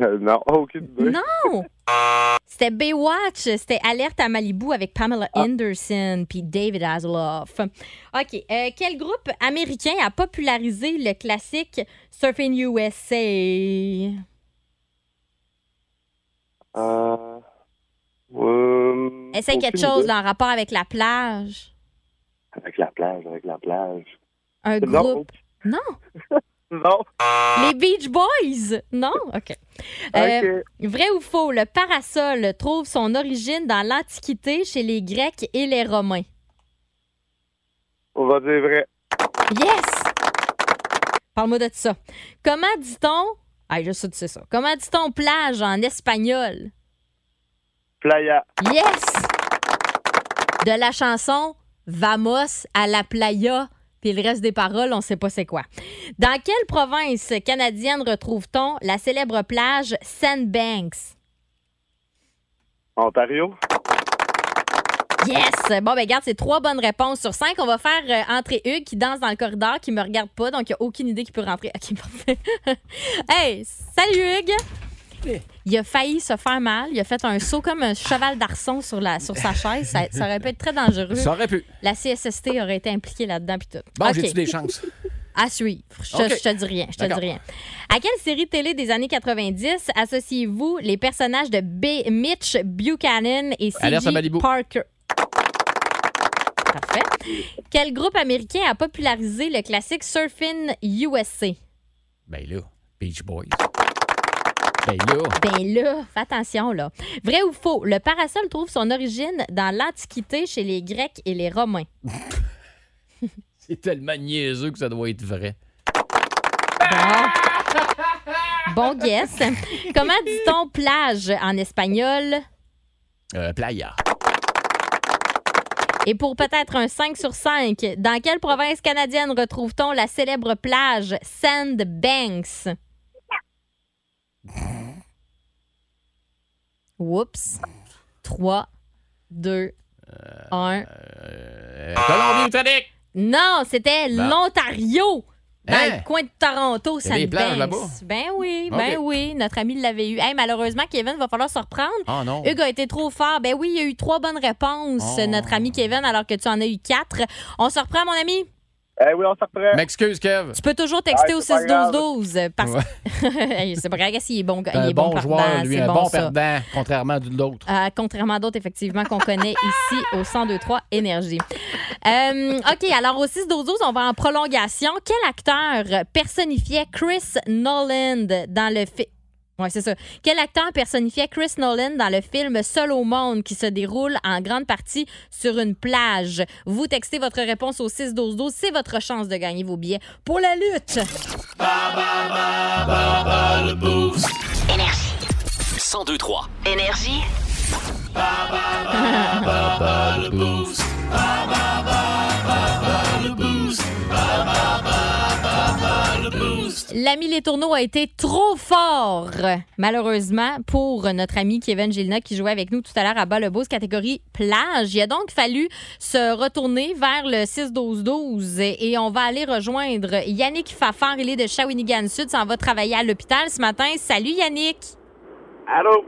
Speaker 10: Euh, non, aucune idée.
Speaker 6: Non! C'était Baywatch, c'était Alerte à Malibu avec Pamela
Speaker 10: Ah.
Speaker 6: Anderson puis David Hasselhoff. OK, euh, quel groupe américain a popularisé le classique Surfing USA?
Speaker 10: Euh, euh,
Speaker 6: Essaye quelque
Speaker 10: aucune
Speaker 6: chose
Speaker 10: idée.
Speaker 6: là, en rapport avec la plage.
Speaker 10: Avec la plage, avec la plage.
Speaker 6: Un
Speaker 10: Non.
Speaker 6: groupe. Non!
Speaker 5: [LAUGHS]
Speaker 10: Non.
Speaker 6: Les Beach Boys! Non? OK. Euh,
Speaker 10: Ok.
Speaker 6: Vrai ou faux, le parasol trouve son origine dans l'Antiquité chez les Grecs et les Romains.
Speaker 10: On va dire vrai.
Speaker 6: Yes! Parle-moi de ça. Comment dit-on. Ah, je sais, tu sais ça. Comment dit-on plage en espagnol?
Speaker 10: Playa.
Speaker 6: Yes! De la chanson Vamos à la playa. Puis le reste des paroles, on sait pas c'est quoi. Dans quelle province canadienne retrouve-t-on la célèbre plage Sandbanks?
Speaker 10: Ontario.
Speaker 6: Yes! Bon, ben garde, c'est trois bonnes réponses sur cinq. On va faire euh, entrer Hugues qui danse dans le corridor, qui me regarde pas, donc il n'y a aucune idée qu'il peut rentrer. [LAUGHS] OK, parfait. hey, salut Hugues! Il a failli se faire mal. Il a fait un saut comme un cheval d'arçon sur, la, sur sa chaise. Ça, ça aurait pu être très dangereux.
Speaker 7: Ça aurait pu.
Speaker 6: La CSST aurait été impliquée là-dedans, puis tout.
Speaker 7: Bon,
Speaker 6: OK.
Speaker 7: j'ai-tu des chances?
Speaker 6: À suivre. Je,
Speaker 7: OK.
Speaker 6: je te dis rien. Je te dis
Speaker 7: D'accord.
Speaker 6: rien. À quelle série télé des années 90 associez-vous les personnages de B- Mitch Buchanan et
Speaker 7: Alerte à
Speaker 6: C.J.
Speaker 7: Malibu.
Speaker 6: Parker? Parfait. Quel groupe américain a popularisé le classique Surfing USA?
Speaker 7: Ben là, Beach Boys. Ben là,
Speaker 6: Ben là, fais attention là. Vrai ou faux, le parasol trouve son origine dans l'Antiquité chez les Grecs et les Romains.
Speaker 7: c'est tellement niaiseux que ça doit être vrai.
Speaker 6: Bon guess. [LAUGHS] Comment dit-on plage en espagnol?
Speaker 7: Euh, playa.
Speaker 6: Et pour peut-être un 5 sur 5, dans quelle province canadienne retrouve-t-on la célèbre plage Sandbanks? Oups. 3, 2, 1.
Speaker 7: Euh, Colombie-Britannique.
Speaker 6: Non, c'était
Speaker 7: Bon.
Speaker 6: l'Ontario! Dans
Speaker 7: Bah. Hein?
Speaker 6: le coin de Toronto,
Speaker 7: Il y a des plages
Speaker 6: Sandbanks.
Speaker 7: là-bas?
Speaker 6: Ben oui, ben
Speaker 7: Ok.
Speaker 6: oui, notre ami l'avait eu. Hey, malheureusement, Kevin, va falloir se reprendre.
Speaker 7: Ah non.
Speaker 6: Oh. Hugues a été trop fort. Ben oui, il y a eu trois bonnes réponses,
Speaker 7: Oh.
Speaker 6: notre ami Kevin, alors que tu en as eu quatre. On se reprend, mon ami.
Speaker 10: Eh oui, on s'en reprend.
Speaker 7: M'excuse, Kev.
Speaker 6: Tu peux toujours texter
Speaker 10: Ouais,
Speaker 6: au
Speaker 10: c'est pas grave.
Speaker 6: 6-12-12. Parce [LAUGHS] que c'est pas grave, s'il est bon, il
Speaker 7: Un
Speaker 6: est bon,
Speaker 7: Ben, bon
Speaker 6: perdant,
Speaker 7: joueur, lui,
Speaker 6: c'est
Speaker 7: un
Speaker 6: bon,
Speaker 7: bon
Speaker 6: ça.
Speaker 7: perdant, contrairement à l'autre.
Speaker 6: Euh, contrairement à d'autres, effectivement, qu'on connaît ici au 1023 Énergie. Euh, OK, alors au 6 12 on va en prolongation. Quel acteur personnifiait Chris Noland dans le film... Oui, c'est ça. Quel acteur personnifiait Chris Nolan dans le film Seul au monde qui se déroule en grande partie sur une plage? Vous textez votre réponse au 6-12-12. C'est votre chance de gagner vos billets pour la lutte.
Speaker 1: 1023.
Speaker 11: Énergie.
Speaker 2: le boost. Ba, ba, ba, ba, ba, le boost. Ba, ba, ba, ba, ba, le boost.
Speaker 6: L'ami Les Tourneaux a été trop fort, malheureusement, pour notre ami Kevin Gilna qui jouait avec nous tout à l'heure à bas le catégorie plage. Il a donc fallu se retourner vers le 6-12-12 et on va aller rejoindre Yannick Fafard. Il est de Shawinigan Sud, s'en va travailler à l'hôpital ce matin. Salut Yannick!
Speaker 10: Allô?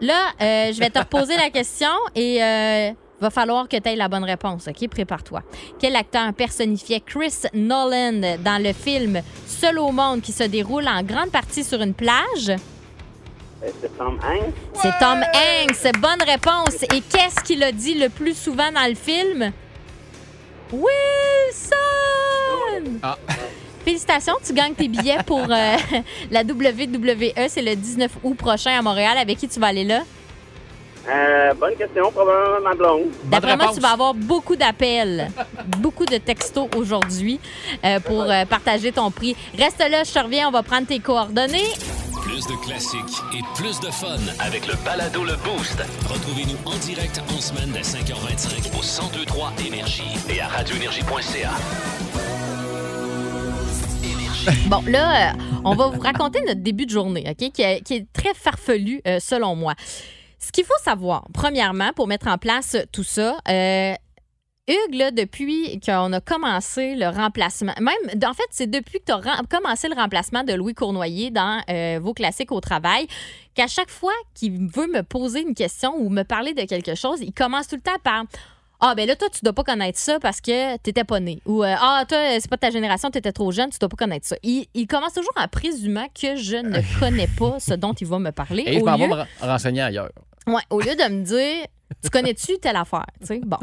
Speaker 6: Là, euh, je vais te reposer la question et euh, va falloir que tu aies la bonne réponse, OK? Prépare-toi. Quel acteur personnifiait Chris Nolan dans le film Seul au monde qui se déroule en grande partie sur une plage?
Speaker 10: Euh, C'est Tom Hanks?
Speaker 6: C'est Tom Hanks. Bonne réponse. Et qu'est-ce qu'il a dit le plus souvent dans le film? Wilson!
Speaker 7: Ah.
Speaker 6: Félicitations, tu gagnes tes billets pour euh, [LAUGHS] la WWE. C'est le 19 août prochain à Montréal. Avec qui tu vas aller là?
Speaker 10: Euh, bonne question, probablement ma blonde.
Speaker 6: D'après moi, tu vas avoir beaucoup d'appels, beaucoup de textos aujourd'hui euh, pour euh, partager ton prix. Reste là, je te reviens, on va prendre tes coordonnées.
Speaker 1: Plus de classiques et plus de fun avec le balado Le Boost. Retrouvez-nous en direct en semaine dès 5h25 au 1023 Énergie et à radioénergie.ca.
Speaker 6: Bon, là, euh, on va vous raconter notre début de journée, OK, qui est, qui est très farfelu, euh, selon moi. Ce qu'il faut savoir, premièrement, pour mettre en place tout ça, euh, Hugues, là, depuis qu'on a commencé le remplacement, même, en fait, c'est depuis que tu as rem- commencé le remplacement de Louis Cournoyer dans euh, vos classiques au travail, qu'à chaque fois qu'il veut me poser une question ou me parler de quelque chose, il commence tout le temps par ah, ben là, toi, tu dois pas connaître ça parce que t'étais pas né. Ou, euh, ah, toi, c'est pas de ta génération, t'étais trop jeune, tu dois pas connaître ça. Il, il commence toujours en présumant que je
Speaker 7: [LAUGHS]
Speaker 6: ne connais pas ce dont il va me parler.
Speaker 7: Et
Speaker 6: Ah,
Speaker 7: je
Speaker 6: au
Speaker 7: m'en vais
Speaker 6: lieu-
Speaker 7: me ren- renseigner ailleurs.
Speaker 6: Ouais, au lieu de me dire tu connais-tu telle affaire, tu sais, bon,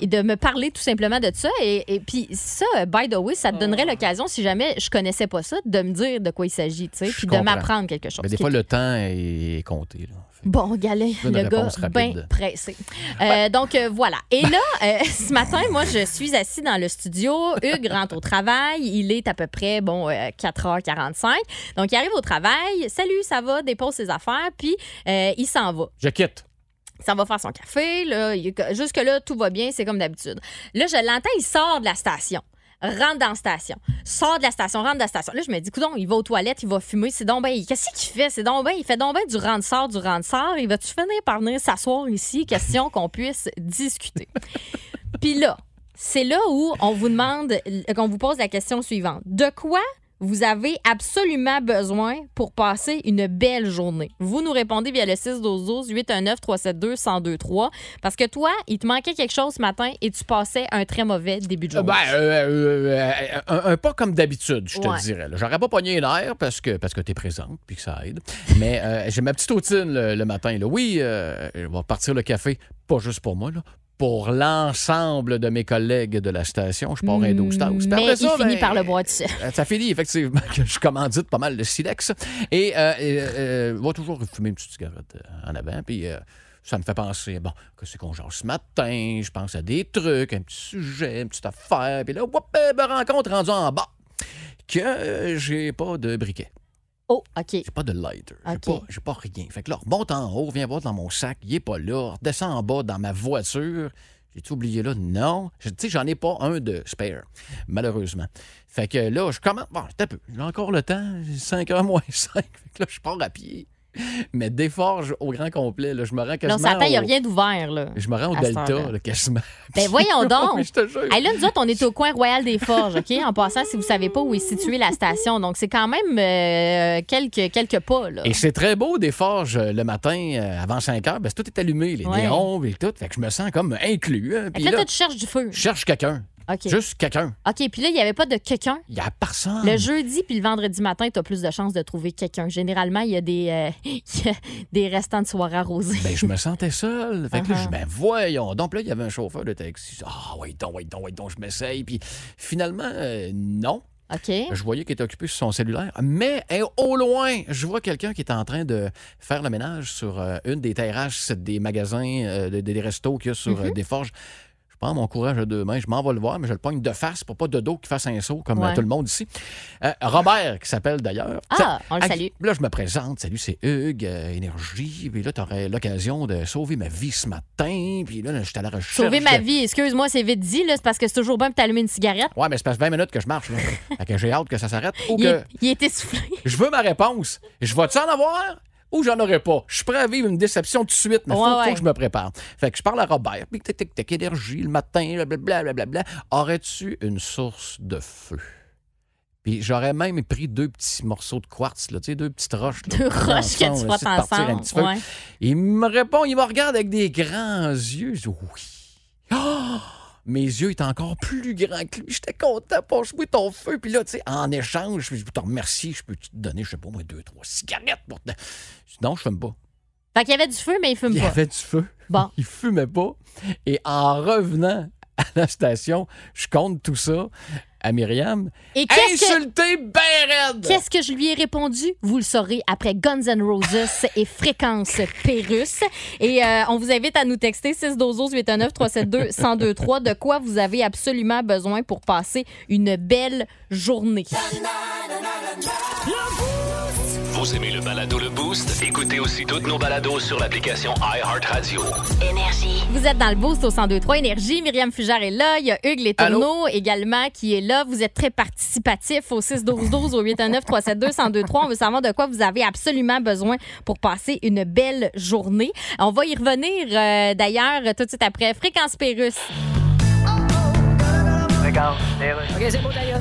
Speaker 6: et de me parler tout simplement de ça et, et puis ça by the way, ça te
Speaker 7: Oh.
Speaker 6: donnerait l'occasion si jamais je connaissais pas ça de me dire de quoi il s'agit, tu sais, puis de
Speaker 7: comprends.
Speaker 6: m'apprendre quelque chose.
Speaker 7: Mais des
Speaker 6: qui
Speaker 7: fois,
Speaker 6: est-
Speaker 7: le temps est compté. là.
Speaker 6: Bon, galet,
Speaker 7: Donne
Speaker 6: le
Speaker 7: une
Speaker 6: gars
Speaker 7: réponse rapide.
Speaker 6: bien pressé. Euh, Donc, euh, voilà. Et là, euh, ce matin, moi, je suis assis dans le studio. Hugues rentre au travail. Il est à peu près, bon, euh, 4h45. Donc, il arrive au travail. Salut, ça va? Dépose ses affaires. Puis, euh, il s'en va.
Speaker 7: Je quitte.
Speaker 6: Ça va faire son café. Là, Il- jusque-là, tout va bien, c'est comme d'habitude. Là, je l'entends, il sort de la station. Rentre dans la station. Sort de la station, rentre dans la station. Là, je me dis, coudon, il va aux toilettes, il va fumer. C'est donc ben, qu'est-ce qu'il fait? C'est donc ben, il fait donc ben du rentre-sort, du rentre-sort. Il va-tu finir par venir s'asseoir ici? Question qu'on puisse discuter. Puis là, c'est là où on vous demande, qu'on vous pose la question suivante. De quoi vous avez absolument besoin pour passer une belle journée? Vous nous répondez via le 612-819-372-1023 parce que toi, il te manquait quelque chose ce matin et tu passais un très mauvais début de
Speaker 7: Euh,
Speaker 6: journée.
Speaker 7: Ben, euh, euh, euh, un, un pas comme d'habitude, je te
Speaker 6: Ouais.
Speaker 7: dirais. là. J'aurais pas pogné l'air parce que, parce que tu es présente puis que ça aide. Mais euh, j'ai ma petite routine le, le matin. Là. Oui, euh, je vais partir le café, pas juste pour moi, là, pour l'ensemble de mes collègues de la station. Je pars un 12 tasse. Puis
Speaker 6: Mais
Speaker 7: après
Speaker 6: il
Speaker 7: ça,
Speaker 6: finit
Speaker 7: ben,
Speaker 6: par le boire dessus.
Speaker 7: Euh, Ça finit effectivement que je commandite pas mal de silex. Et euh, euh, euh, va toujours fumer une petite cigarette euh, en avant. Puis euh, ça me fait penser, bon, que c'est qu'on genre ce matin? Je pense à des trucs, un petit sujet, une petite affaire. Puis là, whoop, euh, me rencontre rendu en bas que euh, j'ai pas de briquet.
Speaker 6: Oh, OK. J'ai
Speaker 7: pas de lighter. J'ai
Speaker 6: OK.
Speaker 7: pas- J'ai pas, rien. Fait que là, remonte en haut, viens voir dans mon sac, il est pas là. Descends en bas dans ma voiture. J'ai-tu oublié là? Non. Je- Tu sais, j'en ai pas un de spare, malheureusement. Fait que là, je commence. Bon, t'as peu. J'ai encore le temps. 5 h moins [LAUGHS] 5. Fait que là, je pars à pied. Mais déforge au grand complet. Là, je me rends
Speaker 6: Là,
Speaker 7: quasiment.
Speaker 6: on s'entend, il n'y a
Speaker 7: au-
Speaker 6: rien d'ouvert. là.
Speaker 7: [LAUGHS] Je me rends au
Speaker 6: à cette
Speaker 7: Delta,
Speaker 6: heure-là.
Speaker 7: là, quasiment.
Speaker 6: Ben voyons donc.
Speaker 7: Oui, [LAUGHS] je te jure.
Speaker 6: Hey, là, nous autres, on est au coin Royal des Forges, OK? En passant, si vous savez pas où est située la station. Donc, c'est quand même euh, quelques, quelques pas, là.
Speaker 7: Et c'est très beau des forges euh, le matin euh, avant 5 heures. Ben, c'est- tout est allumé, les
Speaker 6: Ouais.
Speaker 7: néons et tout. Fait que je me sens comme inclus. hein.
Speaker 6: Fait
Speaker 7: Puis
Speaker 6: que là,
Speaker 7: là,
Speaker 6: toi, tu cherches du feu.
Speaker 7: je cherche quelqu'un.
Speaker 6: OK.
Speaker 7: Juste quelqu'un.
Speaker 6: OK, puis là, il n'y avait pas de quelqu'un.
Speaker 7: Il n'y a personne.
Speaker 6: Le jeudi puis le vendredi matin, tu as plus de chances de trouver quelqu'un. Généralement, il y a des, euh, [LAUGHS] il y a des restants de soirée arrosés.
Speaker 7: Ben, je me sentais seul. Fait que là,
Speaker 6: Uh-huh.
Speaker 7: je ben voyons. Donc, là, il y avait un chauffeur de taxi. Ah, oui, donc, oui, donc, oui, donc, je m'essaye. Puis finalement, euh, non.
Speaker 6: OK.
Speaker 7: Je voyais qu'il était occupé sur son cellulaire. Mais hein, au loin, je vois quelqu'un qui est en train de faire le
Speaker 6: Mhm.
Speaker 7: ménage sur euh, une des terrasses des magasins, euh, des, des restos qu'il y a sur euh, des forges. Je prends mon courage à deux mains, je m'en vais le voir, mais je le pogne de face pour pas de dos qui fasse un saut comme
Speaker 6: Ouais.
Speaker 7: euh, tout le monde ici. Euh, Robert, qui s'appelle d'ailleurs.
Speaker 6: Ah,
Speaker 7: Tiens,
Speaker 6: on le
Speaker 7: ah,
Speaker 6: salue.
Speaker 7: Là, je me présente. Salut, c'est Hugues, euh, Énergie. Puis là, tu aurais l'occasion de sauver ma vie ce matin. Puis là, je suis à la recherche.
Speaker 6: Sauver ma
Speaker 7: de-
Speaker 6: vie, excuse-moi, c'est vite dit, là, c'est parce que c'est toujours bien pour t'allumer une cigarette.
Speaker 7: Ouais, mais c'est passe 20 minutes que je
Speaker 6: [LAUGHS]
Speaker 7: marche. là. fait que j'ai hâte que ça s'arrête. Ou
Speaker 6: Il,
Speaker 7: que
Speaker 6: est, il est essoufflé.
Speaker 7: je veux ma réponse. Je vais-tu en avoir ou j'en aurai pas? Je suis prêt à vivre une déception tout de suite, mais faut,
Speaker 6: Ouais,
Speaker 7: faut
Speaker 6: ouais.
Speaker 7: que je me prépare. Fait que je parle à Robert. Puis tic, tic, tic, énergie, le matin, blablabla. blablabla. Aurais-tu une source de feu? Puis j'aurais même pris deux petits morceaux de quartz, là, tu sais, deux petites roches. là,
Speaker 6: Deux
Speaker 7: pour faire
Speaker 6: roches que
Speaker 7: ensemble,
Speaker 6: tu frottes
Speaker 7: là, tu sais, de partir
Speaker 6: ensemble,
Speaker 7: un petit feu.
Speaker 6: ouais.
Speaker 7: Il me répond, il me regarde avec des grands yeux. Je dis oui. Ah! mes yeux étaient encore plus grands que lui. J'étais content pour jouer ton feu. Puis là, tu sais, en échange, je te remercie. Je peux te donner, je sais pas, moi, deux, trois cigarettes pour te. Je dis, Non, je fume pas.
Speaker 6: Fait qu'il y avait du feu, mais il fume
Speaker 7: Il y
Speaker 6: pas.
Speaker 7: avait du feu.
Speaker 6: Bon.
Speaker 7: [LAUGHS] Il fumait pas. Et en revenant à la station, je compte tout ça à Myriam.
Speaker 6: Et qu'est-ce que-
Speaker 7: Insulté, ben raide!
Speaker 6: Qu'est-ce que je lui ai répondu? Vous le saurez après Guns N' Roses et Fréquence Pérusse. Et euh, on vous invite à nous texter 612 819 372 1023 de quoi vous avez absolument besoin pour passer une belle journée.
Speaker 1: Vous aimez le balado Le Boost? Écoutez aussi toutes nos balados sur l'application iHeartRadio.
Speaker 6: Énergie. Vous êtes dans le boost au 1023 Énergie. Myriam Fugère est là. Il y a Hugues Les Tourneaux également qui est là. Vous êtes très participatif au 612-12 au 819-372-1023. On veut savoir de quoi vous avez absolument besoin pour passer une belle journée. On va y revenir euh, d'ailleurs tout de suite après. Fréquence Pérusse.
Speaker 9: OK, c'est bon, d'ailleurs.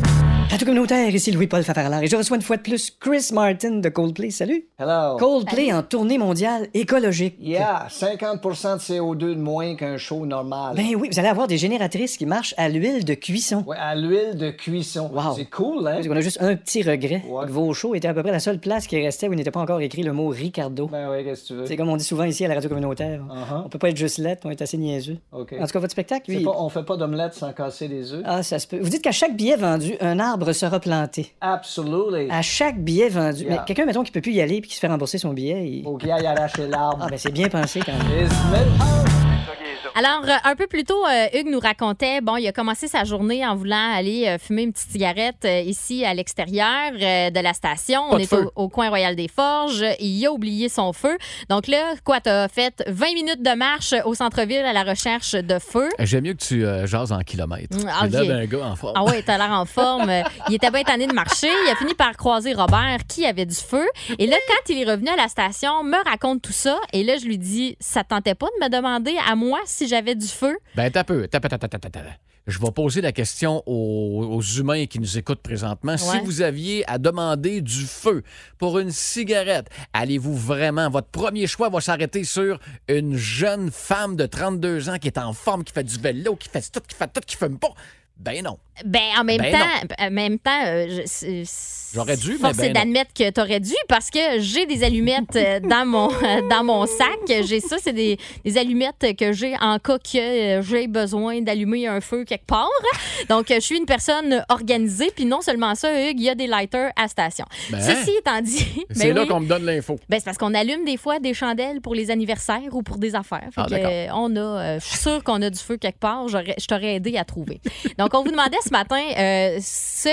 Speaker 9: Radio communautaire, ici Louis-Paul Fafarlard et je reçois une fois de plus Chris Martin de Coldplay. Salut.
Speaker 4: Hello.
Speaker 9: Coldplay en tournée mondiale écologique.
Speaker 4: Yeah, 50 de CO2 de moins qu'un show normal.
Speaker 9: Ben oui, vous allez avoir des génératrices qui marchent à l'huile de cuisson.
Speaker 4: Ouais, à l'huile de cuisson.
Speaker 9: Wow.
Speaker 4: C'est cool, hein?
Speaker 9: On a juste un petit regret. Vos shows étaient à peu près la seule place qui restait où il n'était pas encore écrit le mot Ricardo.
Speaker 4: Ben oui, qu'est-ce que tu veux?
Speaker 9: C'est comme on dit souvent ici à la radio communautaire.
Speaker 4: Uh-huh.
Speaker 9: On peut pas être juste lettre, on est assez niaiseux.
Speaker 4: OK.
Speaker 9: En tout cas, votre spectacle,
Speaker 4: C'est
Speaker 9: lui.
Speaker 4: pas- on fait pas d'omelette sans casser les œufs.
Speaker 9: Ah, ça se peut. Vous dites qu'à chaque billet vendu, un arbre sera planté.
Speaker 4: Absolutely.
Speaker 9: À chaque billet vendu.
Speaker 4: Yeah. Oh.
Speaker 9: Mais quelqu'un, mettons, qui peut plus y aller puis qui se fait rembourser son billet. il-
Speaker 4: Faut qu'il aille arracher l'arbre.
Speaker 9: Ah, ben c'est bien pensé quand même.
Speaker 6: Alors, euh, un peu plus tôt, euh, Hugues nous racontait, bon, il a commencé sa journée en voulant aller euh, fumer une petite cigarette euh, ici à l'extérieur euh, de la station.
Speaker 7: Pas
Speaker 6: On
Speaker 7: de
Speaker 6: est
Speaker 7: feu.
Speaker 6: au, au coin Royal des Forges. Il a oublié son feu. Donc là, quoi, t'as fait 20 minutes de marche au centre-ville à la recherche de feu.
Speaker 7: J'aime mieux que tu euh, jases en kilomètres.
Speaker 6: Mm,
Speaker 7: J'ai l'air
Speaker 6: ok.
Speaker 7: d'un gars en forme.
Speaker 6: Ah ouais, t'as l'air en forme. Euh, Il était bien tanné de marcher. Il a fini par croiser Robert qui avait du feu. Et là, quand il est revenu à la station, me raconte tout ça. Et là, je lui dis, ça te tentait pas de me demander à moi si j'avais du feu?
Speaker 7: Ben, t'as peu. t'as peu, t'as, t'as, t'as, t'as. Je vais poser la question aux, aux humains qui nous écoutent présentement. Si
Speaker 6: Ouais.
Speaker 7: vous aviez à demander du feu pour une cigarette, allez-vous vraiment, votre premier choix va s'arrêter sur une jeune femme de 32 ans qui est en forme, qui fait du vélo, qui fait tout, qui fait tout, qui fume pas? Ben non.
Speaker 6: Ben, en même
Speaker 7: Ben
Speaker 6: temps, en même temps, euh, je- c'est- c'est-
Speaker 7: J'aurais dû, mais
Speaker 6: force
Speaker 7: ben
Speaker 6: est
Speaker 7: non.
Speaker 6: d'admettre que t'aurais dû parce que j'ai des allumettes euh, dans mon [LAUGHS] euh, dans mon sac. J'ai ça, c'est des, des allumettes que j'ai en cas que euh, j'ai besoin d'allumer un feu quelque part. Donc, euh, je suis une personne organisée, puis non seulement ça, Hugues, il y a des lighters à station.
Speaker 7: Ben,
Speaker 6: Ceci étant dit,
Speaker 7: C'est
Speaker 6: ben
Speaker 7: là
Speaker 6: oui.
Speaker 7: qu'on me donne l'info.
Speaker 6: Ben, c'est parce qu'on allume des fois des chandelles pour les anniversaires ou pour des affaires. Fait
Speaker 7: Ah,
Speaker 6: que,
Speaker 7: d'accord.
Speaker 6: euh, on a, euh, je suis sûre qu'on a du feu quelque part. J'aurais- Je t'aurais aidé à trouver. Donc, on vous demandait ce matin euh, ce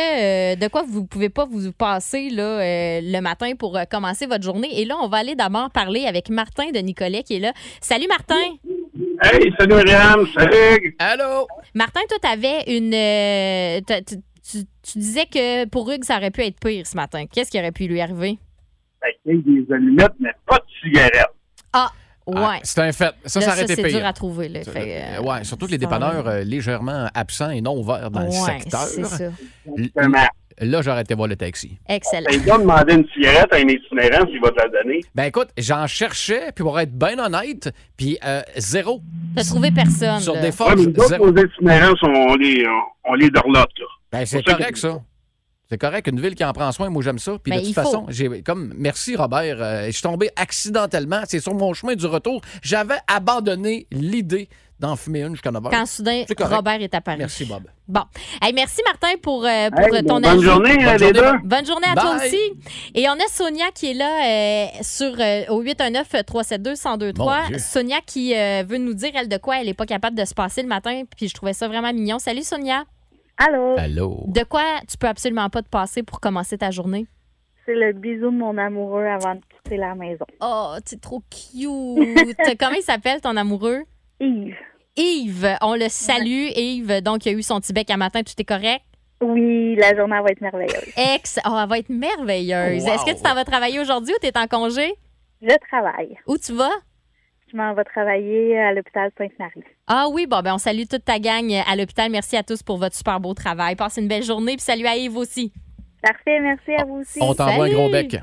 Speaker 6: euh, de quoi vous pouvez pas vous passer là, euh, le matin pour euh, commencer votre journée. Et là, on va aller d'abord parler avec Martin de Nicolet qui est là. Salut, Martin.
Speaker 10: Hey, salut Myriam, salut!
Speaker 7: Allô?
Speaker 6: Martin, toi, t'avais une. euh, t'as- tu, tu- tu disais que pour Hugues, ça aurait pu être pire ce matin. Qu'est-ce qui aurait pu lui arriver?
Speaker 10: Ben, hey, des allumettes, mais pas de cigarettes.
Speaker 6: Ah, ouais.
Speaker 7: Ah, c'est un fait. Ça,
Speaker 6: Là,
Speaker 7: ça aurait été
Speaker 6: c'est
Speaker 7: pire.
Speaker 6: dur à trouver. Là. Fait que, euh,
Speaker 7: ouais, surtout que les
Speaker 6: ça aurait-
Speaker 7: dépanneurs euh, légèrement absents et non ouverts dans le
Speaker 6: Ouais,
Speaker 7: secteur.
Speaker 6: c'est ça.
Speaker 7: L-
Speaker 10: Exactement.
Speaker 7: Là, j'aurais été voir le taxi.
Speaker 6: Excellent.
Speaker 10: Ben, il doit demander une cigarette à un itinérant s'il va te la donner.
Speaker 7: Ben écoute, j'en cherchais, puis pour être bien honnête, puis euh, zéro.
Speaker 6: T'as trouvé personne.
Speaker 7: Sur
Speaker 6: là.
Speaker 7: des
Speaker 10: Ouais,
Speaker 7: forges,
Speaker 10: mais nous autres,
Speaker 7: zéro.
Speaker 10: nos itinérants, sont- on les, on, on les dorlote, là.
Speaker 7: Ben c'est
Speaker 10: pour ça que-
Speaker 7: correct, ça. C'est correct, une ville qui en prend soin, moi j'aime ça. Puis
Speaker 6: Ben,
Speaker 7: de
Speaker 6: il
Speaker 7: toute
Speaker 6: faut.
Speaker 7: façon, j'ai comme merci Robert, euh, je suis tombé accidentellement, c'est sur mon chemin du retour, j'avais abandonné l'idée d'en fumer une jusqu'à 9 heures.
Speaker 6: Quand soudain,
Speaker 7: C'est correct.
Speaker 6: Robert est apparu.
Speaker 7: Merci, Bob.
Speaker 6: Bon. Hey, merci, Martin, pour, euh, pour
Speaker 7: Hey,
Speaker 6: euh, ton
Speaker 7: bonne
Speaker 6: avis.
Speaker 7: journée, Bonne les journée, deux. Bob.
Speaker 6: Bonne journée à toi
Speaker 7: Bye.
Speaker 6: aussi. Et on a Sonia qui est là euh, sur, euh, au 819-372-1023.
Speaker 7: Mon Dieu.
Speaker 6: Sonia qui euh, veut nous dire, elle, de quoi elle n'est pas capable de se passer le matin. Puis je trouvais ça vraiment mignon. Salut, Sonia.
Speaker 11: Allô?
Speaker 7: Allô?
Speaker 6: De quoi tu peux absolument pas te passer pour commencer ta journée?
Speaker 11: C'est le bisou de mon amoureux avant de quitter la maison.
Speaker 6: Oh, t'es trop cute. [LAUGHS] Comment il s'appelle ton amoureux?
Speaker 11: Yves.
Speaker 6: Yves, on le salue, Yves. Donc, il a eu son petit bec à matin, tout est correct?
Speaker 11: Oui, la journée va être merveilleuse.
Speaker 6: Ex, oh, elle va être merveilleuse.
Speaker 11: Wow.
Speaker 6: Est-ce que tu t'en vas travailler aujourd'hui ou t'es en congé?
Speaker 11: Je travaille.
Speaker 6: Où tu vas?
Speaker 11: Je m'en vais travailler à l'hôpital Sainte-Marie.
Speaker 6: Ah oui, bon, ben on salue toute ta gang à l'hôpital. Merci à tous pour votre super beau travail. Passez une belle journée, puis salut à Yves aussi.
Speaker 11: Parfait, merci à vous aussi.
Speaker 7: On t'envoie un gros bec.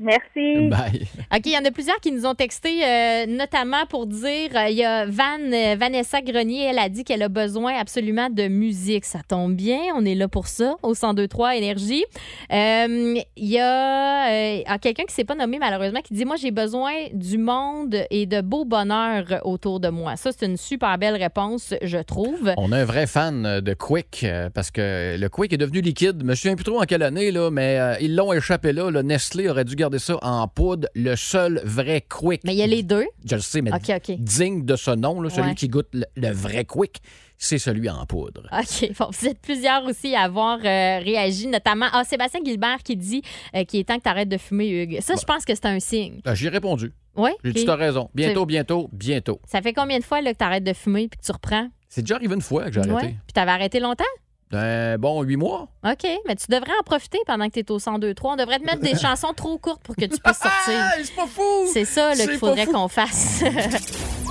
Speaker 11: Merci.
Speaker 7: Bye.
Speaker 6: OK, il y en a plusieurs qui nous ont texté, euh, notamment pour dire euh, il y a Van, euh, Vanessa Grenier, elle a dit qu'elle a besoin absolument de musique. Ça tombe bien, on est là pour ça, au 1023 Énergie. Euh, Il y a euh, ah, quelqu'un qui ne s'est pas nommé, malheureusement, qui dit Moi, j'ai besoin du monde et de beau bonheur autour de moi. Ça, c'est une super belle réponse, je trouve.
Speaker 7: On a un vrai fan de Quick euh, parce que le Quick est devenu liquide. Je me souviens plus trop en quelle année, là, mais euh, ils l'ont échappé là. Le Nestlé aurait dû garder ça en poudre. Le seul vrai Quick. Mais
Speaker 6: il y a les deux.
Speaker 7: Je le sais, mais
Speaker 6: OK, OK.
Speaker 7: digne de ce nom, là, celui
Speaker 6: Ouais.
Speaker 7: qui goûte le, le vrai Quick, c'est celui en poudre.
Speaker 6: [LAUGHS] OK. Bon, vous êtes plusieurs aussi à avoir euh, réagi, notamment ah, Sébastien Gilbert qui dit euh, qu'il est temps que tu arrêtes de fumer, Hugues. Ça, je pense que c'est un signe.
Speaker 7: Ah, J'ai répondu.
Speaker 6: Oui?
Speaker 7: J'ai dit,
Speaker 6: Puis-
Speaker 7: tu as raison. Bientôt,
Speaker 6: C'est-
Speaker 7: bientôt, bientôt.
Speaker 6: Ça fait combien de fois là, que tu arrêtes de fumer puis que tu reprends?
Speaker 7: C'est déjà arrivé une fois que j'ai arrêté.
Speaker 6: Ouais. Puis tu avais arrêté longtemps?
Speaker 7: Un bon huit mois.
Speaker 6: OK. Mais tu devrais en profiter pendant que tu es au 102-3. On devrait te mettre
Speaker 7: [LAUGHS]
Speaker 6: des chansons trop courtes pour que tu puisses sortir.
Speaker 7: Ah, c'est pas fou!
Speaker 6: C'est ça là,
Speaker 1: C'est
Speaker 6: qu'il
Speaker 1: pas
Speaker 6: faudrait
Speaker 1: fou.
Speaker 6: qu'on fasse. [LAUGHS]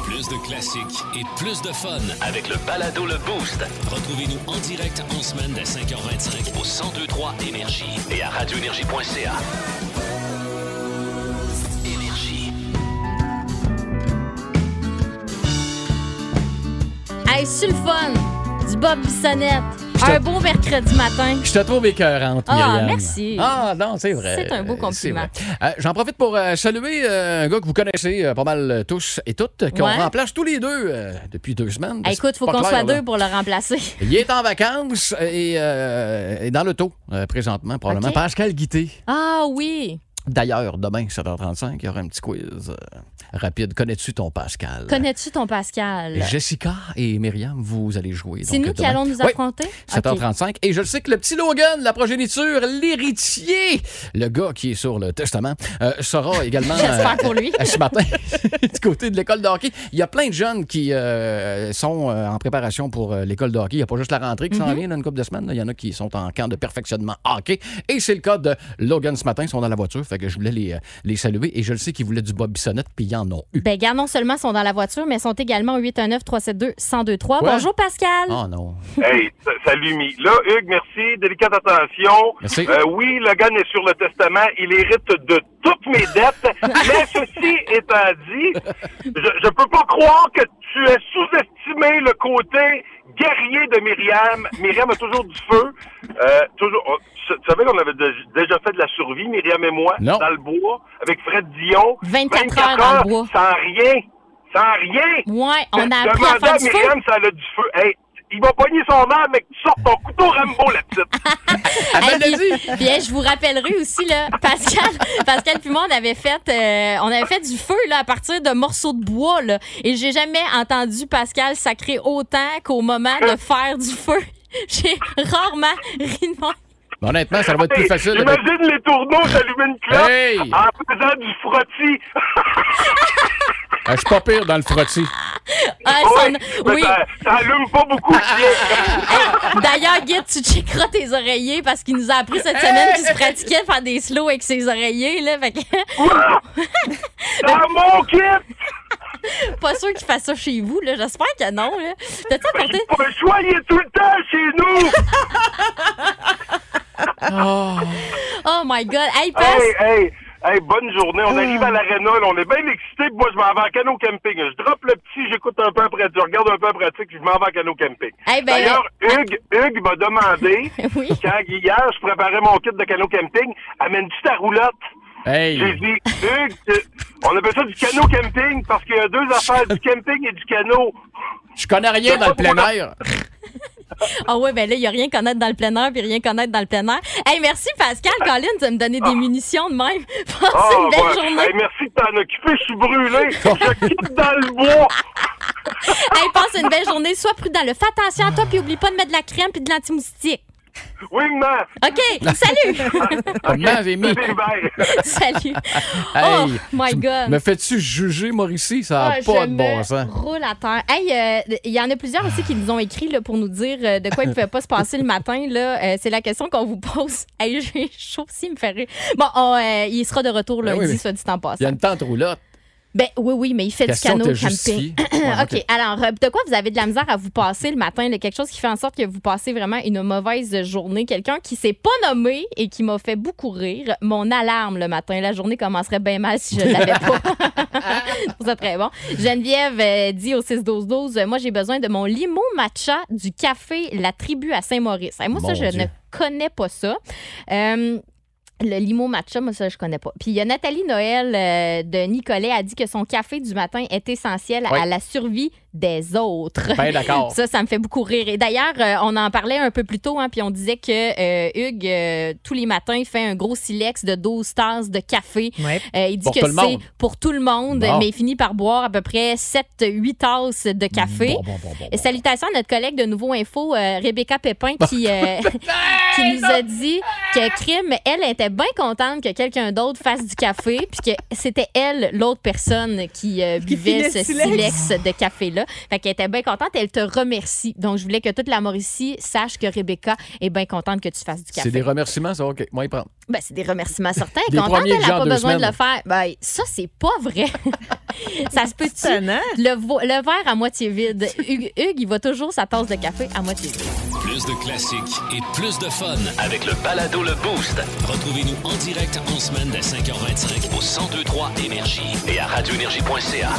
Speaker 1: Plus de classiques et plus de fun avec le balado Le Boost. Retrouvez-nous en direct en semaine dès 5h25 au 1023 Énergie et à radioénergie.ca.
Speaker 6: hey, sur le fun! Du Bob Bissonnette. Un beau mercredi matin.
Speaker 7: Je te trouve écœurante,
Speaker 6: Ah,
Speaker 7: Myriam.
Speaker 6: merci.
Speaker 7: Ah, non, c'est vrai.
Speaker 6: C'est un beau
Speaker 7: Euh, c'est
Speaker 6: compliment.
Speaker 7: vrai. Euh, J'en profite pour euh, saluer euh, un gars que vous connaissez euh, pas mal tous et toutes, qu'on
Speaker 6: Ouais.
Speaker 7: remplace tous les deux euh, depuis deux semaines.
Speaker 6: Hey,
Speaker 7: C'est
Speaker 6: écoute, faut
Speaker 7: pas
Speaker 6: qu'on
Speaker 7: clair,
Speaker 6: soit
Speaker 7: là.
Speaker 6: deux pour le remplacer.
Speaker 7: Il est en vacances et, euh, et dans l'auto euh, présentement, probablement.
Speaker 6: Ok.
Speaker 7: Pascal Guité.
Speaker 6: Ah oui!
Speaker 7: D'ailleurs, demain, 7h35, il y aura un petit quiz euh, rapide. Connais-tu ton Pascal?
Speaker 6: Connais-tu ton Pascal?
Speaker 7: Jessica et Myriam, vous allez jouer.
Speaker 6: C'est
Speaker 7: donc, euh,
Speaker 6: nous qui
Speaker 7: demain.
Speaker 6: allons nous
Speaker 7: Oui.
Speaker 6: affronter? OK.
Speaker 7: 7h35. Et je le sais que le petit Logan, la progéniture, l'héritier, le gars qui est sur le testament, euh, sera également.
Speaker 6: [LAUGHS]
Speaker 7: euh,
Speaker 6: J'espère pour lui.
Speaker 7: euh, ce matin, [LAUGHS] du côté de l'école de hockey. Il y a plein de jeunes qui euh, sont euh, en préparation pour euh, l'école de hockey. Il n'y a pas juste la rentrée qui s'en
Speaker 6: Mm-hmm.
Speaker 12: Mhm.
Speaker 7: vient dans une couple de semaines. là. Il y en a qui sont en camp de perfectionnement hockey. Et c'est le cas de Logan ce matin. Ils sont dans la voiture. Fait que je voulais les, euh, les saluer. Et je le sais qu'ils voulaient du Bob Bissonnette, puis ils en ont eu.
Speaker 6: Ben, gars, non seulement sont dans la voiture, mais sont également au 819-372-1023.
Speaker 7: Ouais.
Speaker 6: Bonjour, Pascal.
Speaker 7: Oh non.
Speaker 13: Hey, sa- salut, Mi. Là, Hugues, merci. Délicate attention.
Speaker 7: Merci.
Speaker 13: Euh, oui, Logan est sur le testament. Il hérite de toutes mes dettes. mais ceci étant dit, je, je peux pas croire que tu aies sous-estimé le côté guerrier de Myriam. Myriam a toujours du feu. Euh, toujours, oh, tu tu savais qu'on avait dé- déjà fait de la survie, Myriam et moi,
Speaker 7: Non.
Speaker 13: dans le bois, avec Fred Dion.
Speaker 6: 24, heures dans le bois.
Speaker 13: Sans rien. Sans rien.
Speaker 6: Ouais, on a appris à
Speaker 13: Demandez
Speaker 6: faire
Speaker 13: à
Speaker 6: du feu.
Speaker 13: Myriam si elle a du feu. Hey, il va pogner son arme, mais que tu sortes ton couteau Rambo, la petite.
Speaker 6: Hey, puis, puis, hey, je vous rappellerai aussi là,
Speaker 7: [LAUGHS]
Speaker 6: Pascal, Pascal puis moi on avait fait, euh, on avait fait du feu là à partir de morceaux de bois là, et j'ai jamais entendu Pascal sacrer autant qu'au moment
Speaker 13: [LAUGHS]
Speaker 6: de faire du feu. J'ai rarement ri de moi.
Speaker 7: Mais honnêtement, ça va être plus
Speaker 13: Hey,
Speaker 7: facile. avec-
Speaker 13: J'imagine les tourneaux s'allumer une clope
Speaker 7: Hey!
Speaker 13: en faisant du
Speaker 6: [LAUGHS]
Speaker 13: frottis.
Speaker 7: Ah, Je suis pas pire dans le frottis.
Speaker 6: Ah,
Speaker 13: Ouais,
Speaker 6: son-
Speaker 13: Oh, mais
Speaker 6: oui.
Speaker 13: ça, ça allume pas beaucoup.
Speaker 6: [LAUGHS] Hey, D'ailleurs, Guy, tu checkeras tes oreillers parce qu'il nous a appris cette semaine qu'il se pratiquait de faire des slows avec ses oreillers. Là, fait que... [LAUGHS]
Speaker 13: Dans mon kit!
Speaker 6: Pas sûr qu'il fasse ça chez vous, là. J'espère que non, là. T'as-tu apporté...
Speaker 13: Pas le choix, il est tout le temps chez
Speaker 6: [LAUGHS]
Speaker 13: nous!
Speaker 7: oh.
Speaker 6: my God. Hey,
Speaker 12: Ah
Speaker 6: passe...
Speaker 13: Hey, hey, hey, bonne journée. On arrive
Speaker 6: Hmm.
Speaker 13: à l'aréna, là, on est bien excités. Puis Moi, je m'en vais en canot camping. Je droppe le petit, j'écoute un peu après, je regarde un peu en pratique, puis je m'en vais en canot camping.
Speaker 6: Hey, ben, [LAUGHS]
Speaker 13: D'ailleurs, Hugues, Hugues m'a demandé, quand hier, je préparais mon kit de canot camping, amène-tu ta roulotte?
Speaker 7: Hey.
Speaker 13: J'ai dit, Hugues, tu- on appelle ça du canot camping parce qu'il y a deux affaires, du camping et du canot.
Speaker 7: Je connais rien dans le plein air.
Speaker 6: Ah ouais, ben là, il n'y a rien connaître dans le plein air puis rien connaître dans le plein air. Hey, merci Pascal, Colin, tu vas me donner des munitions de même. [LAUGHS] Passe
Speaker 12: Ah,
Speaker 6: une belle
Speaker 13: ouais.
Speaker 6: journée.
Speaker 13: Ah, Hey, merci de t'en occuper, je suis brûlé. Je quitte dans le bois.
Speaker 6: Hey, passe une belle journée. Sois prudent. Le. Fais attention à toi puis oublie pas de mettre de la crème puis de l'anti-moustique.
Speaker 13: Oui, maman.
Speaker 6: OK, salut. [LAUGHS]
Speaker 7: Comment avait [LAUGHS] mis?
Speaker 6: salut.
Speaker 7: Hey,
Speaker 6: oh my
Speaker 7: tu
Speaker 6: God.
Speaker 7: Me fais-tu juger, Mauricie? Ça n'a
Speaker 6: Ah, je
Speaker 7: pas de
Speaker 6: me
Speaker 7: bon sens.
Speaker 6: roule à terre. Hey, euh, il y en a plusieurs aussi qui nous ont écrit là, pour nous dire euh, de quoi il ne pouvait pas se passer le matin. là. Euh, c'est la question qu'on vous pose. [LAUGHS] Hey, j'ai chaud aussi, il me fait rire. Bon, on, euh, il sera de retour
Speaker 7: Ben
Speaker 6: lundi,
Speaker 7: oui, mais-
Speaker 6: soit dit en
Speaker 7: Il y a
Speaker 6: passant.
Speaker 7: une tente roulotte.
Speaker 6: Ben oui, oui, mais il fait
Speaker 7: Question
Speaker 6: du
Speaker 7: de
Speaker 6: canot
Speaker 7: justifier.
Speaker 6: [CLEARS THROAT] camping.
Speaker 7: Ouais,
Speaker 6: OK, alors, euh, de quoi vous avez de la misère à vous passer le matin? là? quelque chose qui fait en sorte que vous passez vraiment une mauvaise journée. Quelqu'un qui s'est pas nommé et qui m'a fait beaucoup rire. Mon alarme le matin. La journée commencerait bien mal si je l'avais pas. [LAUGHS] Je trouve ça très bon. Geneviève euh, dit au 6-12-12, euh, moi, j'ai besoin de mon limo matcha du café La Tribu à Saint-Maurice. Hey, moi,
Speaker 12: Mon
Speaker 6: ça, je
Speaker 12: Dieu.
Speaker 6: ne connais pas ça. Euh, le limo matcha, moi, ça, je connais pas. Puis il y a Nathalie Noël euh, de Nicolet a dit que son café du matin est essentiel
Speaker 12: Ouais.
Speaker 6: à la survie des autres. [LAUGHS]
Speaker 12: Ben d'accord.
Speaker 6: ça, ça me fait beaucoup rire. Et d'ailleurs, euh, on en parlait un peu plus tôt, hein, puis on disait que euh, Hugues, euh, tous les matins, il fait un gros silex de 12 tasses de café.
Speaker 12: Ouais.
Speaker 6: Euh, il dit
Speaker 12: Pour
Speaker 6: que
Speaker 12: tout le
Speaker 6: c'est
Speaker 12: monde.
Speaker 6: pour tout le monde,
Speaker 12: Bon.
Speaker 6: mais il finit par boire à peu près 7-8 tasses de café. Et Salutations à notre collègue de Nouveau Info, euh, Rebecca Pépin, qui,
Speaker 7: [LAUGHS]
Speaker 6: euh, [LAUGHS] qui nous a dit que Crime, elle était bien contente que quelqu'un d'autre fasse du café, puis que c'était elle, l'autre personne, qui euh, buvait
Speaker 12: filait
Speaker 6: ce
Speaker 12: le silex.
Speaker 6: silex de café-là. Fait qu'elle était bien contente, elle te remercie. Donc, je voulais que toute la Mauricie sache que Rebecca est bien contente que tu fasses du café.
Speaker 7: C'est des remerciements, ça. OK, moi, il prend.
Speaker 6: Ben, c'est des remerciements certains.
Speaker 7: Des
Speaker 6: Contente,
Speaker 7: premiers
Speaker 6: elle n'a
Speaker 7: genre
Speaker 6: pas
Speaker 7: deux
Speaker 6: besoin de
Speaker 7: semaines.
Speaker 6: le faire. Ben, ça, c'est pas vrai. [LAUGHS] ça se peut-tu? Le, vo- le verre à moitié vide. Hugues, Hugues, il va toujours sa tasse de café à moitié vide.
Speaker 1: Plus de classiques et plus de fun avec le balado Le Boost. Retrouvez-nous en direct en semaine dès 5h25 au 1023 Énergie et à radioénergie.ca.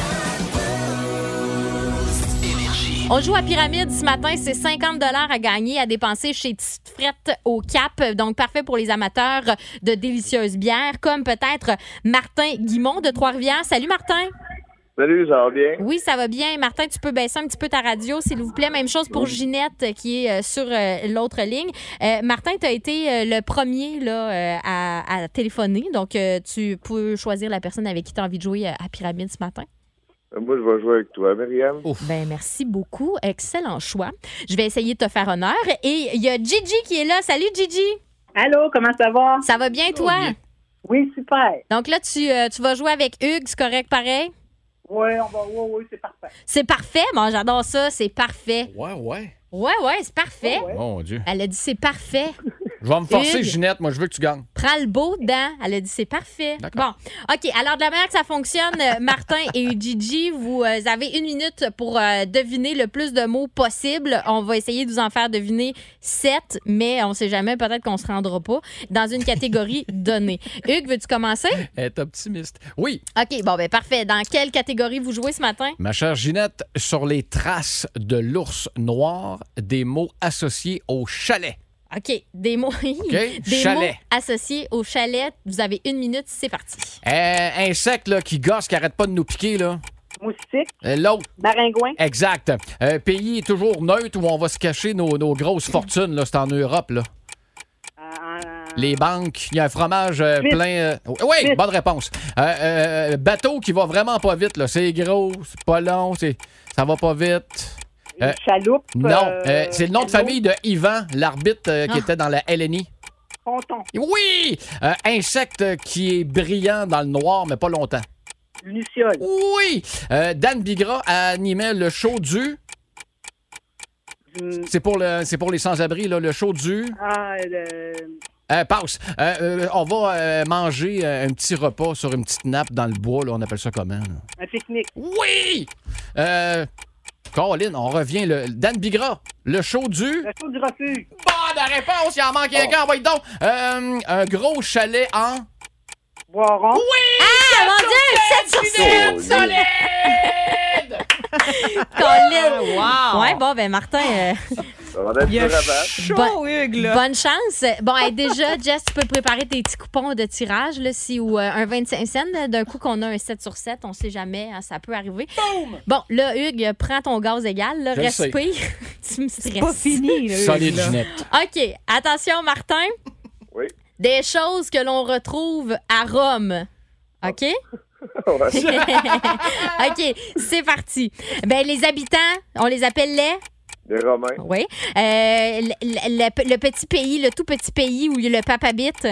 Speaker 6: On joue à Pyramide ce matin. C'est 50 à gagner à dépenser chez Tite Frette au Cap. Donc, parfait pour les amateurs de délicieuses bières, comme peut-être Martin Guimond de Trois-Rivières. Salut, Martin.
Speaker 14: Salut, ça va bien?
Speaker 6: Oui, ça va bien. Martin, tu peux baisser un petit peu ta radio, s'il vous plaît. Même chose pour Ginette, euh, qui est euh, sur euh, l'autre ligne. Euh, Martin, tu as été euh, le premier là, euh, à, à téléphoner. Donc, euh, tu peux choisir la personne avec qui tu as envie de jouer euh, à Pyramide ce matin.
Speaker 14: Moi, je vais jouer avec toi, Myriam.
Speaker 6: Ben, merci beaucoup. Excellent choix. Je vais essayer de te faire honneur. Et il y a Gigi qui est là. Salut, Gigi. Allô, comment ça va? Ça va bien, toi? Oui, super. Donc là, tu, euh, tu vas jouer avec Hugues, c'est correct pareil?
Speaker 5: Oui, on va. Oui, oui, c'est parfait.
Speaker 6: C'est parfait. Bon, j'adore ça. C'est parfait.
Speaker 7: Ouais, ouais.
Speaker 6: Ouais, Oh, ouais, c'est parfait.
Speaker 7: Mon Dieu.
Speaker 6: Elle a dit c'est parfait.
Speaker 7: Je vais me forcer,
Speaker 6: Hugues.
Speaker 7: Ginette. Moi, je veux que tu gagnes.
Speaker 6: Prends le beau dedans. Elle a dit c'est parfait. Bon, OK. Alors, de la manière que ça fonctionne, euh, [LAUGHS] Martin et Gigi, vous euh, avez une minute pour euh, deviner le plus de mots possible. On va essayer de vous en faire deviner sept, mais on sait jamais. Peut-être qu'on se rendra pas dans une catégorie donnée. Hugues, veux-tu commencer?
Speaker 7: Elle est optimiste. Oui,
Speaker 6: OK. Bon, ben parfait. Dans quelle catégorie vous jouez ce matin?
Speaker 7: ma chère Ginette, sur les traces de l'ours noir, des mots associés au chalet.
Speaker 6: OK. Des mots, [LAUGHS] des
Speaker 7: chalet.
Speaker 6: mots associés au chalet. Vous avez une minute. C'est parti.
Speaker 7: Euh, insecte là, qui gosse, qui arrête pas de nous piquer. là.
Speaker 5: Moustique.
Speaker 7: Euh, L'autre.
Speaker 5: Maringouin.
Speaker 7: Exact. Un pays toujours neutre où on va se cacher nos, nos grosses fortunes. là. C'est en Europe. là.
Speaker 5: euh,
Speaker 7: Les banques. Il y a un fromage euh,
Speaker 2: Vite.
Speaker 7: plein. oui, bonne réponse. Euh, euh, bateau qui va vraiment pas vite. là. C'est gros, c'est pas long, c'est- ça va pas vite. Euh,
Speaker 5: Chaloupe.
Speaker 7: non,
Speaker 5: euh,
Speaker 7: euh, c'est le nom de famille de Yvan, l'arbitre euh, qui
Speaker 5: Ah.
Speaker 7: était dans la LNI.
Speaker 5: Ponton.
Speaker 7: Oui! Euh, insecte qui est brillant dans le noir, mais pas longtemps.
Speaker 5: Luciole.
Speaker 7: Oui! Euh, Dan Bigra animait le show du. C'est pour, le, c'est pour les sans-abri, là, le show du.
Speaker 5: Ah, le...
Speaker 7: Euh, passe. Euh, euh, on va euh, manger euh, un petit repas sur une petite nappe dans le bois, là, on appelle ça comment? là?
Speaker 5: un pique-nique.
Speaker 7: Oui! Euh, Colin, on revient. Le, Dan Bigra, le show du. Oh.
Speaker 5: Le show du refuge.
Speaker 7: Bonne réponse, il en manque un gars, envoyez donc. Euh, un gros chalet en.
Speaker 5: Boiron.
Speaker 7: Oui!
Speaker 6: Ah, mon Dieu! 7 sur 7! Solide! Colin!
Speaker 7: Wow! [LAUGHS] Ah,
Speaker 6: Ouais, bon, ben, Martin, euh,
Speaker 14: Ça va être
Speaker 6: Il y a
Speaker 14: dur à battre.
Speaker 6: Bon- Bonne chance. Bon, hey, déjà, Jess, tu peux préparer tes petits coupons de tirage, là, si, ou euh, un 25 cents. là, D'un coup, qu'on a un 7 sur 7, on sait jamais, hein, ça peut arriver. Bon, là, Hugues, prends ton gaz égal, là,
Speaker 7: Je le sais.
Speaker 6: respire. [LAUGHS] tu me stresses.
Speaker 7: pas fini, là, Hugues, Solide là. ginette.
Speaker 6: OK, attention, Martin.
Speaker 14: Oui.
Speaker 6: Des choses que l'on retrouve à Rome. OK?
Speaker 14: Ah. [LAUGHS]
Speaker 6: [LAUGHS] OK, c'est parti. Ben, les habitants, on les appelle les...
Speaker 14: Des Romains.
Speaker 6: Oui. Euh, le, le- le- le petit pays, le tout petit pays où le pape habite.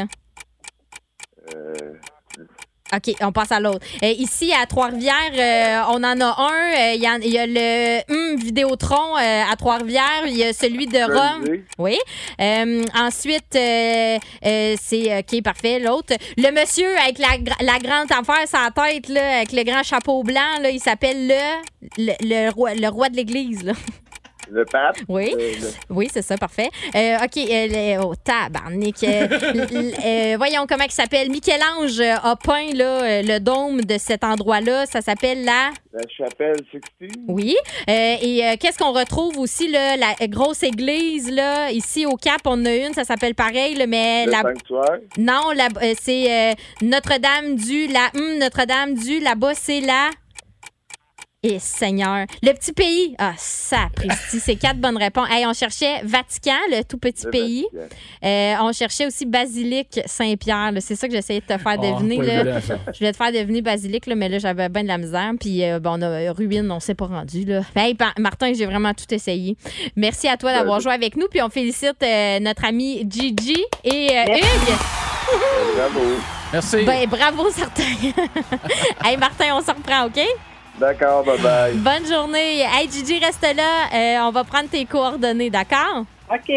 Speaker 14: Euh,
Speaker 6: OK, on passe à l'autre. Euh, ici, à Trois-Rivières, euh, on en a un. Euh, Il y, en- il y a le hum, Vidéotron euh, à Trois-Rivières. Il y a celui de Rome.
Speaker 2: Colisée.
Speaker 6: Oui. Euh, ensuite, euh, euh, c'est OK, parfait. L'autre. Le monsieur avec la, gr- la grande affaire sur la tête, là, avec le grand chapeau blanc, là, il s'appelle le, le, le roi, le roi de l'Église. là.
Speaker 14: le pape.
Speaker 6: Oui.
Speaker 14: Euh, le-
Speaker 6: Oui, c'est ça, parfait. Euh, OK, euh, le- oh, tabarnak.
Speaker 14: [LAUGHS]
Speaker 6: Euh, l- l- euh, voyons comment il s'appelle. Michel-Ange euh, a peint là, euh, le dôme de cet endroit-là. Ça s'appelle la...
Speaker 14: La chapelle Sixtine.
Speaker 6: Oui. Euh, et euh, qu'est-ce qu'on retrouve aussi, là, la grosse église, là, ici au Cap, on en a une, ça s'appelle pareil, là, mais...
Speaker 14: le
Speaker 6: la...
Speaker 14: sanctuaire.
Speaker 6: Non, la... euh, c'est euh, Notre-Dame du... La... hum, Notre-Dame du, là-bas, c'est la... Et Seigneur, le petit pays. Ah, ça, Presti, c'est quatre bonnes réponses. Hey, on cherchait Vatican, le tout petit
Speaker 2: Le
Speaker 6: pays.
Speaker 2: Vatican.
Speaker 6: Euh, on cherchait aussi Basilique Saint-Pierre. là. C'est ça que j'essayais de te faire
Speaker 2: Ah,
Speaker 6: deviner.
Speaker 2: pas
Speaker 6: là.
Speaker 2: évident, ça.
Speaker 6: Oh, Je voulais te faire deviner Basilique, là, mais là, j'avais bien de la misère. Puis, euh, bon, on a Ruine, on s'est pas rendu. Là. Hey, Pa- Martin, j'ai vraiment tout essayé. Merci à toi d'avoir
Speaker 2: Ouais.
Speaker 6: joué avec nous. Puis, on félicite euh, notre ami Gigi et euh, Hugues.
Speaker 14: Bravo.
Speaker 7: Merci.
Speaker 6: Ben, bravo, certain. [LAUGHS] hey, Martin, on se reprend, OK?
Speaker 14: D'accord, bye bye.
Speaker 6: Bonne journée. Hey, Gigi, reste là. Euh, on va prendre tes coordonnées, d'accord?
Speaker 5: OK.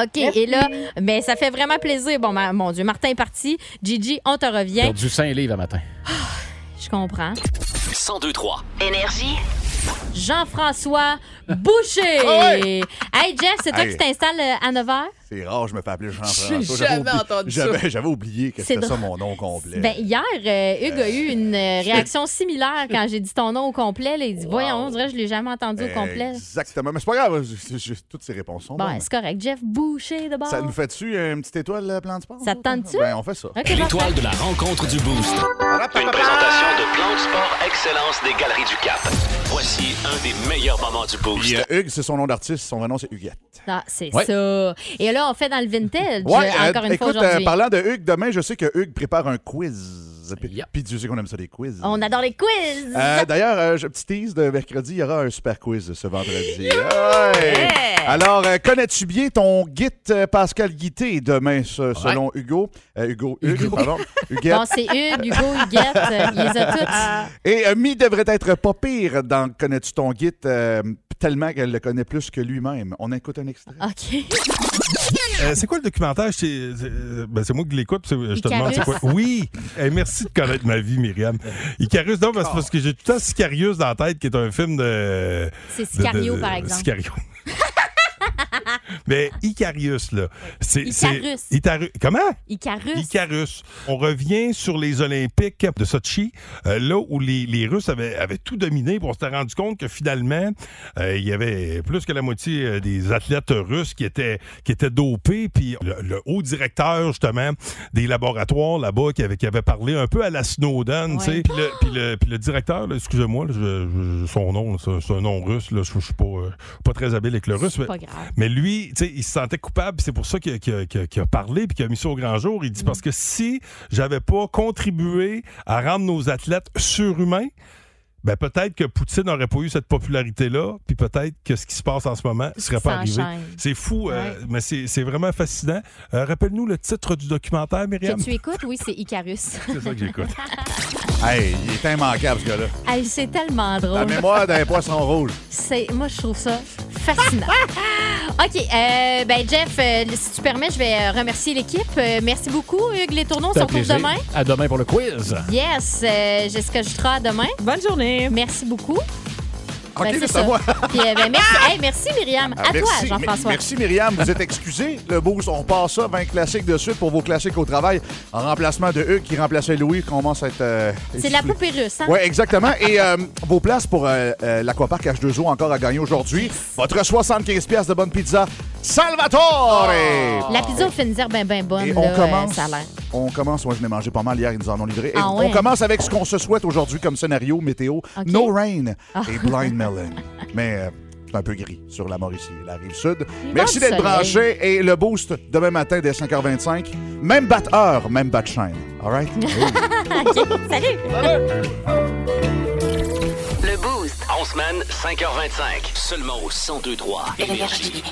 Speaker 6: OK. Et là, mais ça fait vraiment plaisir. Bon, ma- mon Dieu, Martin est parti. Gigi, on te
Speaker 7: J'ai
Speaker 6: revient.
Speaker 7: perdu 5 livres à matin.
Speaker 6: Je comprends.
Speaker 1: 1023.
Speaker 6: Énergie. Jean-François Boucher. Hey, Jeff, c'est toi
Speaker 12: Hey.
Speaker 6: qui t'installes euh, à 9 h?
Speaker 12: C'est rare, je me fais appeler Jean-François.
Speaker 6: J'ai
Speaker 12: [LAUGHS] J'avais
Speaker 6: jamais
Speaker 12: oubli-
Speaker 6: entendu ça.
Speaker 12: j'avais- J'avais oublié que
Speaker 6: C'est
Speaker 12: c'était ça
Speaker 6: drôle.
Speaker 12: mon nom complet.
Speaker 6: Ben, hier, euh, Hugues a eu une euh, réaction similaire quand j'ai dit ton nom au complet. là. il dit Voyons, on dirait que je l'ai jamais entendu
Speaker 12: Euh,
Speaker 6: au complet.
Speaker 12: Exactement. Mais c'est pas grave, je- je- je- toutes ces réponses sont
Speaker 6: Bon,
Speaker 12: bonnes.
Speaker 6: c'est correct. Jeff Boucher, de bord.
Speaker 12: hein. Ça nous fait-tu euh, une petite étoile, euh, plan de sport?
Speaker 6: Ça te tente-tu?
Speaker 12: Ben, on fait ça.
Speaker 6: Ok, L'étoile
Speaker 1: de la rencontre du Boost. Une présentation de Plan de Sport Excellence des Galeries du Cap. Voici un des meilleurs moments du Boost.
Speaker 12: Puis, euh, Hugues, c'est son nom d'artiste, son vrai nom, c'est Huguette.
Speaker 6: Ah, c'est
Speaker 12: Ouais.
Speaker 6: ça. Et là, on fait dans le vintage,
Speaker 12: Ouais,
Speaker 6: euh, encore
Speaker 12: euh,
Speaker 6: une fois
Speaker 12: écoute, euh,
Speaker 6: aujourd'hui.
Speaker 12: parlant de Hugues, demain, je sais que Hugues prépare un quiz. Puis, puis Dieu sait qu'on aime ça, les quiz.
Speaker 6: On adore les quiz.
Speaker 12: Euh, D'ailleurs, euh, je- petit tease de mercredi, il y aura un super quiz ce vendredi. Ouais. Alors, euh, connais-tu bien ton guide euh, Pascal Guité demain, ce- selon Hugo? Euh, Hugo, Hugues,
Speaker 15: [LAUGHS]
Speaker 12: pardon. Huguette.
Speaker 6: Bon, c'est Hugues, Hugo, Huguette. euh, il les a toutes.
Speaker 12: [LAUGHS] Et euh, Mi devrait être pas pire dans Connais-tu ton guide euh, tellement qu'elle le connaît plus que lui-même. On écoute un extrait.
Speaker 6: OK.
Speaker 15: Euh, c'est quoi le documentaire? C'est euh, ben, c'est moi qui l'écoute, puis c'est- je te
Speaker 6: Icarus.
Speaker 15: demande c'est quoi. Oui! Eh, merci de connaître ma vie, Myriam. Icarus, non, ben, c'est parce que j'ai tout le temps Sicarius dans la tête, qui est un film de.
Speaker 6: C'est
Speaker 15: de-
Speaker 6: Sicario,
Speaker 15: de- de-
Speaker 6: par exemple.
Speaker 15: Sicario. [LAUGHS] Mais Icarius, là. c'est c'est-
Speaker 6: Icarus.
Speaker 15: Itaru- Comment?
Speaker 6: Icarus.
Speaker 15: Icarus. On revient sur les Olympiques de Sochi, euh, là où les, les Russes avaient, avaient tout dominé. puis On s'était rendu compte que finalement, euh, il y avait plus que la moitié euh, des athlètes russes qui étaient, qui étaient dopés. Puis le, le haut directeur, justement, des laboratoires là-bas qui avait, qui avait parlé un peu à la Snowden, tu sais. Puis le, puis le- puis le directeur, là, excusez-moi, là, je- je- son nom, là, c'est un- c'est un nom russe, là, je je suis pas, euh, pas très habile avec le russe. mais-
Speaker 2: pas grave.
Speaker 15: mais lui, tu sais, il se sentait coupable, puis c'est pour ça qu'il a, qu'il a- qu'il a- qu'il a parlé puis qu'il a mis ça au grand jour. Il dit parce que si j'avais pas contribué à rendre nos athlètes surhumains, ben peut-être que Poutine n'aurait pas eu cette popularité-là, puis peut-être que ce qui se passe en ce moment serait pas arrivé.
Speaker 6: s'enchaîne.
Speaker 15: C'est fou, euh, mais c'est c'est vraiment fascinant. Euh, Rappelle-nous le titre du documentaire, Myriam.
Speaker 6: Que tu écoutes, oui, c'est Icarus.
Speaker 15: [LAUGHS]
Speaker 6: C'est
Speaker 15: ça que j'écoute.
Speaker 12: Hey, il est immanquable, ce gars-là.
Speaker 6: Hey, c'est tellement
Speaker 12: La
Speaker 6: drôle.
Speaker 12: mémoire d'un poisson rouge.
Speaker 6: C'est- Moi, je trouve ça fascinant. OK. euh, ben, Jeff, euh, si tu permets, je vais euh, remercier l'équipe. Euh, merci beaucoup, Hugues Les Tourneaux. On se
Speaker 7: C'était un
Speaker 6: retrouve
Speaker 7: plaisir.
Speaker 6: demain.
Speaker 7: À demain pour le quiz.
Speaker 6: Yes. Euh, Jessica Jutra, à demain. Bonne journée. Merci beaucoup.
Speaker 12: OK,
Speaker 6: Ben,
Speaker 12: là,
Speaker 6: c'est
Speaker 12: c'est
Speaker 6: ça.
Speaker 12: à moi.
Speaker 6: Puis, euh, ben,
Speaker 12: [LAUGHS]
Speaker 6: merci. Hey, merci, Myriam.
Speaker 12: Ah,
Speaker 6: à toi,
Speaker 12: merci,
Speaker 6: Jean-François.
Speaker 12: mais- Merci, Myriam. Vous êtes excusé. Le boost, on passe ça 20 classiques de suite pour vos classiques au travail en remplacement de Hugues qui remplaçait Louis qui commence à être. euh,
Speaker 6: C'est de la poupée russe, hein?
Speaker 12: Oui, exactement. Et euh, vos places pour euh, euh, l'Aquapark H2O encore à gagner aujourd'hui. Votre 75 pièces de bonne pizza Salvatore!
Speaker 6: La pizza au finir ben ben bonne.
Speaker 12: Et on
Speaker 6: là, euh,
Speaker 12: commence.
Speaker 6: ça a l'air.
Speaker 12: On commence, moi je n'ai mangé pas mal hier, ils nous en ont livré. Et
Speaker 6: Ah ouais?
Speaker 12: On commence avec ce qu'on se souhaite aujourd'hui comme scénario météo. No rain
Speaker 6: Ah.
Speaker 12: et blind melon. Mais euh, c'est un peu gris sur la Mauricie et la rive sud.
Speaker 6: Il
Speaker 12: Merci
Speaker 6: va du
Speaker 12: d'être
Speaker 6: soleil.
Speaker 12: branché et le boost demain matin dès 5h25. Même batteur, même bat chaîne. All right?
Speaker 6: OK, salut!
Speaker 1: Le Boost. En semaine, 5h25. Seulement au 102.3 Énergie.